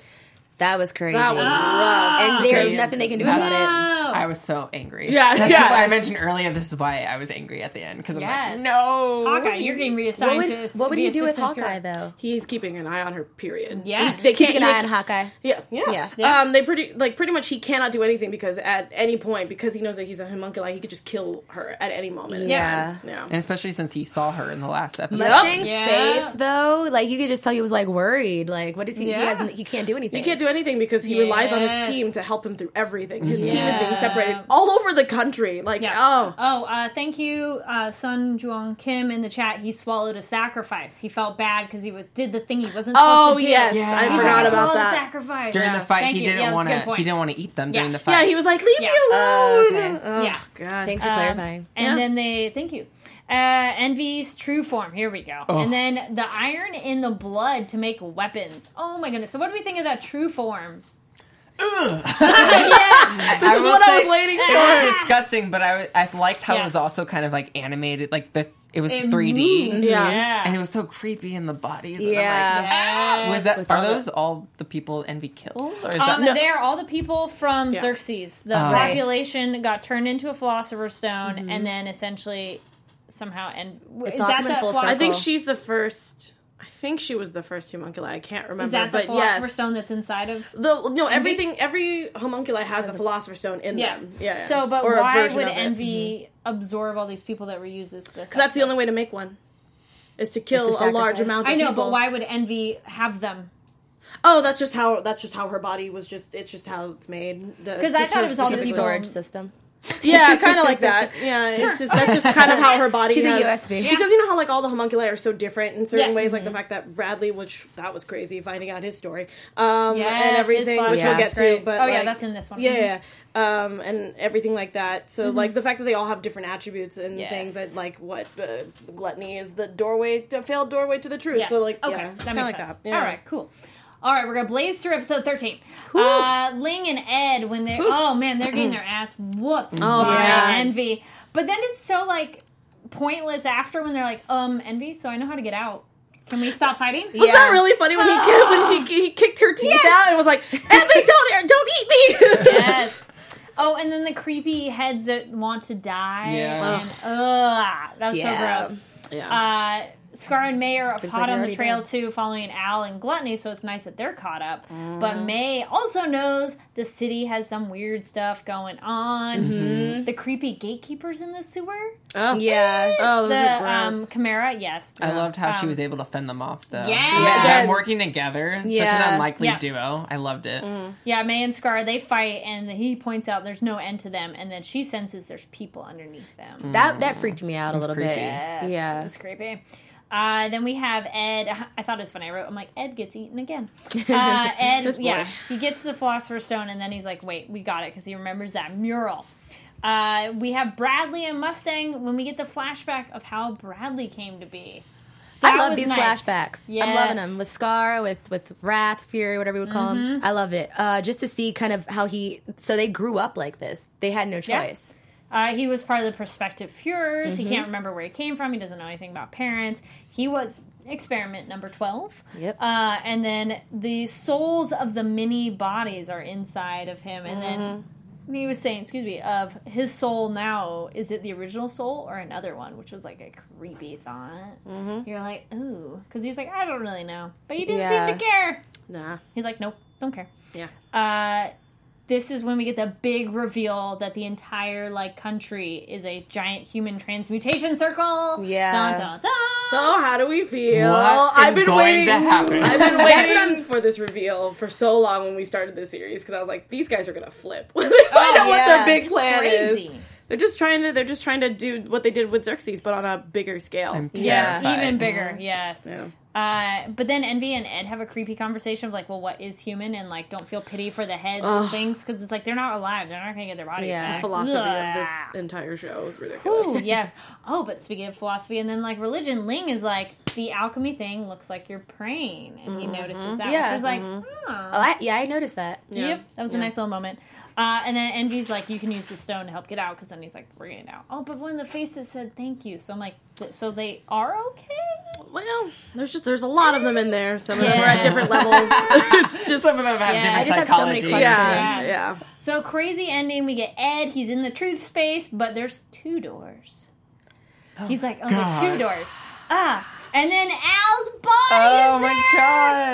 Speaker 4: that was crazy.
Speaker 5: That was
Speaker 1: Ah.
Speaker 5: rough.
Speaker 4: and there's
Speaker 6: Crazy.
Speaker 4: nothing they can do about it.
Speaker 1: Oh.
Speaker 6: I was so angry.
Speaker 5: Yeah,
Speaker 6: that's
Speaker 5: yeah.
Speaker 6: why I mentioned earlier. This is why I was angry at the end because I'm
Speaker 1: Yes.
Speaker 6: like, no,
Speaker 1: Oh, Hawkeye, you're getting reassigned
Speaker 4: What would,
Speaker 1: to ass-
Speaker 4: what would
Speaker 1: be
Speaker 4: you do with
Speaker 1: assistant
Speaker 4: Hawkeye
Speaker 1: Fury.
Speaker 4: though?
Speaker 5: He's keeping an eye on her. Period.
Speaker 1: Yeah.
Speaker 5: they can't.
Speaker 4: Keep an eye on
Speaker 5: they-
Speaker 4: Hawkeye.
Speaker 5: Yeah, yeah,
Speaker 4: Yeah.
Speaker 1: Yeah.
Speaker 5: Um, they pretty like pretty much he cannot do anything because at any point because he knows that he's a homunculi, he could just kill her at any moment.
Speaker 4: Yeah.
Speaker 5: yeah.
Speaker 6: and especially since he saw her in the last episode.
Speaker 4: Mustang's
Speaker 1: Yeah.
Speaker 4: face though, like you could just tell he was like worried. Like, what is he?
Speaker 1: Yeah.
Speaker 4: He, has, he can't do anything.
Speaker 5: He can't do anything because he relies on his
Speaker 1: Yes.
Speaker 5: team to help him through everything. His team is
Speaker 1: Yeah.
Speaker 5: being separated all over the country. Like,
Speaker 1: Yeah.
Speaker 5: oh,
Speaker 1: Oh, uh, thank you, uh, Sun Jong Kim in the chat. He swallowed a sacrifice. He felt bad because he was, did the thing he wasn't.
Speaker 5: Oh,
Speaker 1: supposed to do.
Speaker 5: yes. I
Speaker 1: He's
Speaker 5: forgot
Speaker 1: like,
Speaker 5: about
Speaker 1: "Swallow the
Speaker 5: that."
Speaker 1: sacrifice
Speaker 6: during the fight,
Speaker 1: Thank
Speaker 6: he
Speaker 1: you.
Speaker 6: didn't
Speaker 1: Yeah, that's a
Speaker 6: want
Speaker 1: good
Speaker 6: to.
Speaker 1: point.
Speaker 6: He didn't want to eat them during
Speaker 1: Yeah.
Speaker 6: the fight.
Speaker 5: yeah, he was like, leave me
Speaker 1: Yeah.
Speaker 5: alone.
Speaker 4: Oh, okay.
Speaker 5: Oh,
Speaker 1: Yeah.
Speaker 5: God.
Speaker 4: Thanks for
Speaker 1: Um,
Speaker 4: clarifying.
Speaker 1: and
Speaker 5: Yeah.
Speaker 1: then they thank you. Uh, Envy's true form. Here we go.
Speaker 6: Oh.
Speaker 1: And then the iron in the blood to make weapons. Oh my goodness! So what do we think of that true form? *laughs*
Speaker 6: I
Speaker 5: This is
Speaker 6: will
Speaker 5: what I
Speaker 6: say-
Speaker 5: was *laughs* waiting
Speaker 6: It
Speaker 5: for.
Speaker 6: was disgusting, but I, I liked how it
Speaker 1: Yes.
Speaker 6: was also kind of like animated, like the it was
Speaker 1: It
Speaker 6: 3D,
Speaker 1: moves.
Speaker 5: Yeah.
Speaker 1: Yeah.
Speaker 6: and it was so creepy in the bodies.
Speaker 4: Yeah.
Speaker 6: and
Speaker 1: Yes.
Speaker 6: I'm like, "Ah, was that
Speaker 4: With
Speaker 6: are
Speaker 4: all the-
Speaker 6: those all the people Envy killed, or is that
Speaker 1: Um, They are all the people from
Speaker 5: Yeah.
Speaker 1: Xerxes. The
Speaker 6: Oh. Mm-hmm. Right.
Speaker 1: population got turned into a philosopher's stone, and then essentially somehow and
Speaker 4: It's
Speaker 1: is
Speaker 4: all
Speaker 1: that
Speaker 4: coming
Speaker 1: the
Speaker 4: full
Speaker 1: philosopher-
Speaker 5: I think
Speaker 4: Cool.
Speaker 5: she's the first. I think she was the first homunculi. I can't remember.
Speaker 1: is that the
Speaker 5: but
Speaker 1: philosopher's
Speaker 5: yes.
Speaker 1: stone that's inside of?
Speaker 5: The no, everything. Every homunculi has a philosopher stone in
Speaker 1: Yes.
Speaker 5: them. Yeah. yeah.
Speaker 1: So, but
Speaker 5: Or a
Speaker 1: why
Speaker 5: version
Speaker 1: would
Speaker 5: of it. Mm-hmm.
Speaker 1: envy absorb all these people that were used as this?
Speaker 5: Because that's the only way to make one. Is to kill
Speaker 4: It's a
Speaker 5: a large
Speaker 4: sacrifice.
Speaker 5: amount. of
Speaker 1: I know, but
Speaker 5: people.
Speaker 1: why would envy have them?
Speaker 5: Oh, that's just how. That's just how her body was. Just it's just how it's made. Because
Speaker 1: I thought it was all the
Speaker 4: She's a
Speaker 1: people-
Speaker 4: storage system.
Speaker 5: Yeah, kind of like that. Yeah, it's just that's just kind of how her body.
Speaker 4: She's a
Speaker 5: has-
Speaker 4: USB. Yeah.
Speaker 5: Because you know how like all the homunculi are so different in certain
Speaker 1: Yes. Mm-hmm.
Speaker 5: ways, like the fact that Bradley, which that was crazy finding out his story, um,
Speaker 1: Yes,
Speaker 5: and
Speaker 1: his
Speaker 5: everything,
Speaker 1: father
Speaker 5: which we'll
Speaker 4: was
Speaker 5: get
Speaker 1: great.
Speaker 5: to. But
Speaker 1: Oh, yeah,
Speaker 5: like,
Speaker 1: that's in this one. Mm-hmm.
Speaker 5: Yeah, yeah, yeah. um, and everything like that. So like the fact that they all have different attributes and
Speaker 1: Yes.
Speaker 5: things that like what uh, gluttony is the doorway, a failed doorway to the truth.
Speaker 1: Yes.
Speaker 5: So like
Speaker 1: okay,
Speaker 5: yeah,
Speaker 1: that
Speaker 5: kinda
Speaker 1: makes
Speaker 5: like
Speaker 1: sense.
Speaker 5: that. Yeah.
Speaker 1: All right, cool. All right, we're gonna blaze through episode thirteen. Uh, Ling and Ed, when they oh man, they're getting their ass whooped by
Speaker 5: Oh, yeah.
Speaker 1: Envy, but then it's so like pointless after when they're like, um, Envy, so I know how to get out. Can we stop fighting?
Speaker 5: Was that really funny when
Speaker 4: *laughs*
Speaker 5: he when she he kicked her teeth
Speaker 1: Yes.
Speaker 5: out and was like, "Emily, don't don't eat me." *laughs*
Speaker 1: Yes. Oh, and then the creepy heads that want to die.
Speaker 6: Yeah.
Speaker 1: And, ugh, that was
Speaker 4: Yeah.
Speaker 1: so gross.
Speaker 5: Yeah.
Speaker 1: Uh, Scar and May are
Speaker 4: like
Speaker 1: hot on
Speaker 4: you're
Speaker 1: the
Speaker 4: already
Speaker 1: trail
Speaker 4: dead.
Speaker 1: too, following Al and Gluttony, so it's nice that they're caught up.
Speaker 5: Mm-hmm.
Speaker 1: But May also knows the city has some weird stuff going on.
Speaker 5: Mm-hmm.
Speaker 1: The creepy gatekeepers in the sewer.
Speaker 5: Oh.
Speaker 4: Yeah.
Speaker 5: Oh, those
Speaker 1: The
Speaker 5: are gross. Uh,
Speaker 1: um, Chimera, yes.
Speaker 6: I loved how she
Speaker 1: Um,
Speaker 6: was able to fend them off, though.
Speaker 1: Yes.
Speaker 6: Them-
Speaker 4: Yes.
Speaker 6: them working together, such
Speaker 4: Yeah.
Speaker 6: an unlikely
Speaker 1: Yeah.
Speaker 6: duo. I loved it.
Speaker 1: Yeah, May and Scar, they fight, and he points out there's no end to them, and then she senses there's people underneath them.
Speaker 4: That that freaked me out a little bit.
Speaker 6: creepy.
Speaker 1: Yes,
Speaker 4: Yeah.
Speaker 1: It's creepy. Uh, then we have Ed. I thought it was funny. I wrote, I'm like, Ed gets eaten
Speaker 4: *laughs*
Speaker 1: again. Uh, Ed, yeah, he gets the Philosopher's Stone, and then he's like, wait, we got it, because he remembers that mural. Uh, we have Bradley and Mustang when we get the flashback of how Bradley came to be.
Speaker 4: I
Speaker 1: That
Speaker 4: love
Speaker 1: was
Speaker 4: these
Speaker 1: nice.
Speaker 4: flashbacks. I'm
Speaker 1: Yes.
Speaker 4: loving them with Scar, with with Wrath, Fury, whatever we would call
Speaker 5: Mm-hmm.
Speaker 4: him. I love it. Uh, just to see kind of how he. So they grew up like this. They had no
Speaker 1: Yeah.
Speaker 4: choice.
Speaker 1: Uh, he was part of the prospective Fuhrers.
Speaker 4: Mm-hmm.
Speaker 1: He can't remember where he came from. He doesn't know anything about parents. He was experiment number 12.
Speaker 4: Yep.
Speaker 1: Uh, and then the souls of the mini bodies are inside of him. And
Speaker 4: Mm-hmm.
Speaker 1: then he was saying, excuse me, of his soul now, is it the original soul or another one? Which was like a creepy thought.
Speaker 4: Mm-hmm.
Speaker 1: You're like, ooh. Because he's like, I don't really know. But he didn't
Speaker 4: Yeah.
Speaker 1: seem to care.
Speaker 5: Nah.
Speaker 1: He's like, nope, don't care.
Speaker 5: Yeah.
Speaker 1: Uh, this is when we get the big reveal that the entire like country is a giant human transmutation circle.
Speaker 4: Yeah.
Speaker 1: Dun, dun, dun.
Speaker 5: So how do we feel?
Speaker 6: What is
Speaker 5: I've been
Speaker 6: going
Speaker 5: waiting.
Speaker 6: to happen?
Speaker 5: I've been
Speaker 4: That's
Speaker 5: waiting
Speaker 4: what
Speaker 5: for this reveal for so long when we started this series because I was like, these guys are gonna flip *laughs* when they find out what
Speaker 4: yeah.
Speaker 5: their big plan
Speaker 1: Oh, crazy.
Speaker 5: is. They're just trying to. They're just trying to do what they did with Xerxes, but on a bigger scale.
Speaker 6: I'm
Speaker 1: Yes,
Speaker 6: terrified.
Speaker 1: even bigger. Yes.
Speaker 5: Yeah.
Speaker 1: Uh, but then Envy and Ed have a creepy conversation of like, well, what is human, and like, don't feel pity for the heads and things because it's like they're not alive; they're not going to get their bodies
Speaker 4: Yeah.
Speaker 1: back.
Speaker 4: The
Speaker 5: philosophy of this
Speaker 1: Ugh.
Speaker 5: entire show is ridiculous. *laughs*
Speaker 1: Ooh, yes. Oh, but speaking of philosophy and then like religion, Ling is like the alchemy thing looks like you're praying, and he notices that.
Speaker 4: Yeah.
Speaker 1: Yeah, was like, "Huh."
Speaker 4: Oh, I, yeah, I noticed that.
Speaker 1: yep, that was a nice little moment. Uh, and then Envy's like, you can use the stone to help get out, because then he's like, we're getting out. Oh, but one of the faces said thank you, so I'm like, "Th- so they are okay.
Speaker 5: Well, there's just there's a lot of them in there. Some of them
Speaker 1: Yeah.
Speaker 5: are at *laughs*
Speaker 1: *laughs*
Speaker 5: different levels. it's just
Speaker 6: Some of them have
Speaker 1: I
Speaker 6: different
Speaker 4: just have so many
Speaker 6: psychology.
Speaker 4: questions.
Speaker 5: yeah,
Speaker 1: Yeah.
Speaker 5: yeah.
Speaker 1: So crazy ending. We get Ed. He's in the truth space, but there's two doors. he's like, oh,
Speaker 6: God.
Speaker 1: there's two doors. Ah, and then Al's body
Speaker 6: Oh
Speaker 1: is
Speaker 6: my
Speaker 1: there.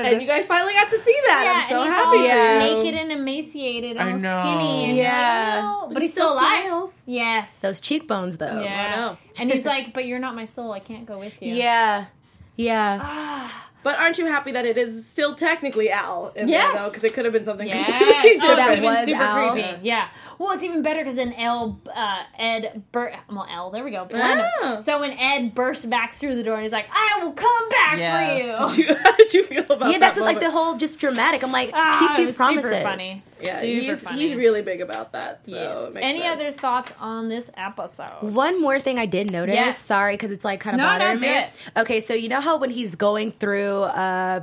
Speaker 6: god!
Speaker 5: And you guys finally got to see that.
Speaker 1: Yeah,
Speaker 5: I'm so
Speaker 1: and he's
Speaker 5: happy.
Speaker 1: all naked and emaciated, and
Speaker 6: I
Speaker 1: all
Speaker 6: know.
Speaker 1: skinny. And
Speaker 4: Yeah.
Speaker 1: yeah, but, he's still alive. Yes.
Speaker 4: Those cheekbones, though.
Speaker 1: yeah.
Speaker 5: I know.
Speaker 1: and he's like, "But you're not my soul. I can't go with you." Ah,
Speaker 4: Yeah. Yeah.
Speaker 5: But aren't you happy that it is still technically Al in
Speaker 1: Yes.
Speaker 5: there though? Because it could have been something
Speaker 1: Yes.
Speaker 5: completely
Speaker 1: Oh,
Speaker 5: different.
Speaker 1: that
Speaker 4: that
Speaker 1: would've been
Speaker 4: was
Speaker 1: super
Speaker 4: Al.
Speaker 5: *laughs*
Speaker 1: creepy. Yeah. Well, it's even better because then L, uh, Ed, bur- well, L, there we go.
Speaker 5: Ah.
Speaker 1: Blend So when Ed bursts back through the door and he's like, I will come back
Speaker 6: Yes.
Speaker 1: for you.
Speaker 5: How did you feel about
Speaker 4: Yeah, that's
Speaker 5: that
Speaker 4: what, like the
Speaker 5: moment?
Speaker 4: whole just dramatic. I'm like,
Speaker 1: Ah,
Speaker 4: keep
Speaker 1: it
Speaker 4: these
Speaker 1: was
Speaker 4: promises.
Speaker 1: Super funny.
Speaker 5: Yeah,
Speaker 1: Super
Speaker 5: he's,
Speaker 1: funny.
Speaker 5: he's really big about that. So
Speaker 1: Yes.
Speaker 5: it makes
Speaker 1: Any
Speaker 5: sense.
Speaker 1: other thoughts on this episode?
Speaker 4: One more thing I did notice.
Speaker 1: Yes.
Speaker 4: Sorry, because it's like kind of
Speaker 1: No, no,
Speaker 4: bothering
Speaker 1: do
Speaker 4: me.
Speaker 1: it.
Speaker 4: Okay, so you know how when he's going through, uh,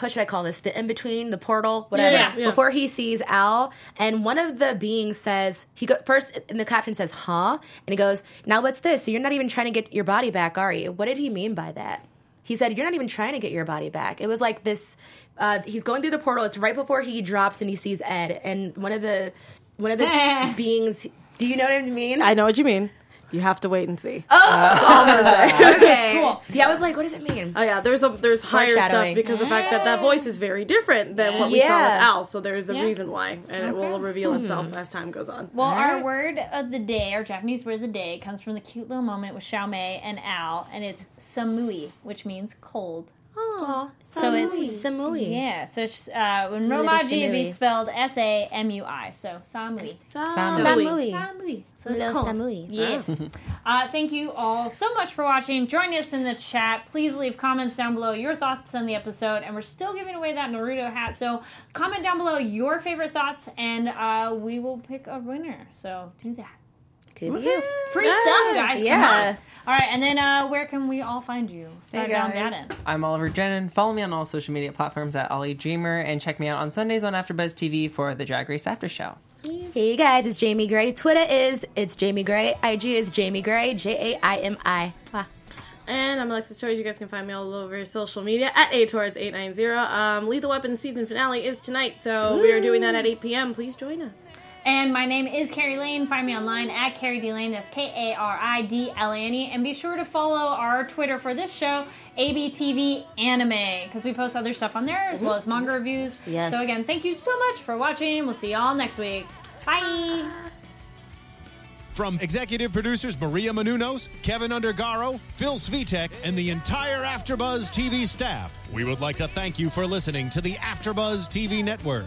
Speaker 4: what should I call this? The in between, the portal, whatever.
Speaker 1: Yeah,
Speaker 5: yeah.
Speaker 4: Before he sees Al, and one of the beings says, he go first, and the caption says, "Huh?" And he goes, "Now what's this? So you're not even trying to get your body back, are you?" What did he mean by that? He said, "You're not even trying to get your body back." It was like this. Uh, he's going through the portal. It's right before he drops, and he sees Ed, and one of the one
Speaker 1: *laughs*
Speaker 4: of the beings. Do you know what I mean?
Speaker 5: I know what you mean. You have to wait and see. Oh,
Speaker 4: okay. Cool. Yeah, I was like, what does it mean?
Speaker 5: Oh, yeah, there's a there's higher
Speaker 4: Foreshadowing.
Speaker 5: stuff because the fact that that voice is very different than what we saw
Speaker 4: Yeah.
Speaker 5: with Al. So there's a
Speaker 1: Yeah. Hmm.
Speaker 5: reason why, and it will reveal itself as time goes on.
Speaker 1: Well, our word of the day, our Japanese word of the day, comes from the cute little moment with Xiaomei and Al, and it's samui, which means cold.
Speaker 4: Oh,
Speaker 1: So it's
Speaker 4: Samui.
Speaker 1: yeah. So it's, uh, when
Speaker 4: Little
Speaker 1: romaji would be
Speaker 4: samui.
Speaker 1: spelled S A M U I. So samui.
Speaker 4: Samui.
Speaker 1: Samui. So it's
Speaker 4: Little
Speaker 1: cold.
Speaker 4: Samui.
Speaker 1: Yes.
Speaker 4: *laughs*
Speaker 1: uh, thank you all so much for watching. Join us in the chat. Please leave comments down below your thoughts on the episode. And we're still giving away that Naruto hat. So comment down below your favorite thoughts, and uh, we will pick a winner. So do that.
Speaker 4: Could be you.
Speaker 1: Free stuff, guys. Come
Speaker 4: yeah.
Speaker 1: on. All right. And then uh, where can we all find you? Start down
Speaker 4: guys.
Speaker 1: that end.
Speaker 6: I'm Oliver Jenin. Follow me on all social media platforms at Ollie Dreamer and check me out on Sundays on AfterBuzz TV for the Drag Race After Show.
Speaker 4: Hey guys, it's Jamie Gray. Twitter is it's Jamie Gray. IG is Jamie Gray. J A I M I. Mwah.
Speaker 5: And I'm Alexis Torres. You guys can find me all over social media at atorres890. Um, Lethal Weapon season finale is tonight, so we are doing that at 8 p.m. Please join us.
Speaker 1: And my name is Carrie Lane. Find me online at Carrie D Lane. That's K A R I D L A N E. And be sure to follow our Twitter for this show, ABTV Anime, because we post other stuff on there as well as manga reviews.
Speaker 4: Yes.
Speaker 1: So again, thank you so much for watching. We'll see y'all next week. Bye.
Speaker 2: From executive producers Maria Manunos, Kevin Undergaro, Phil Svitek, and the entire AfterBuzz TV staff, we would like to thank you for listening to the AfterBuzz TV network.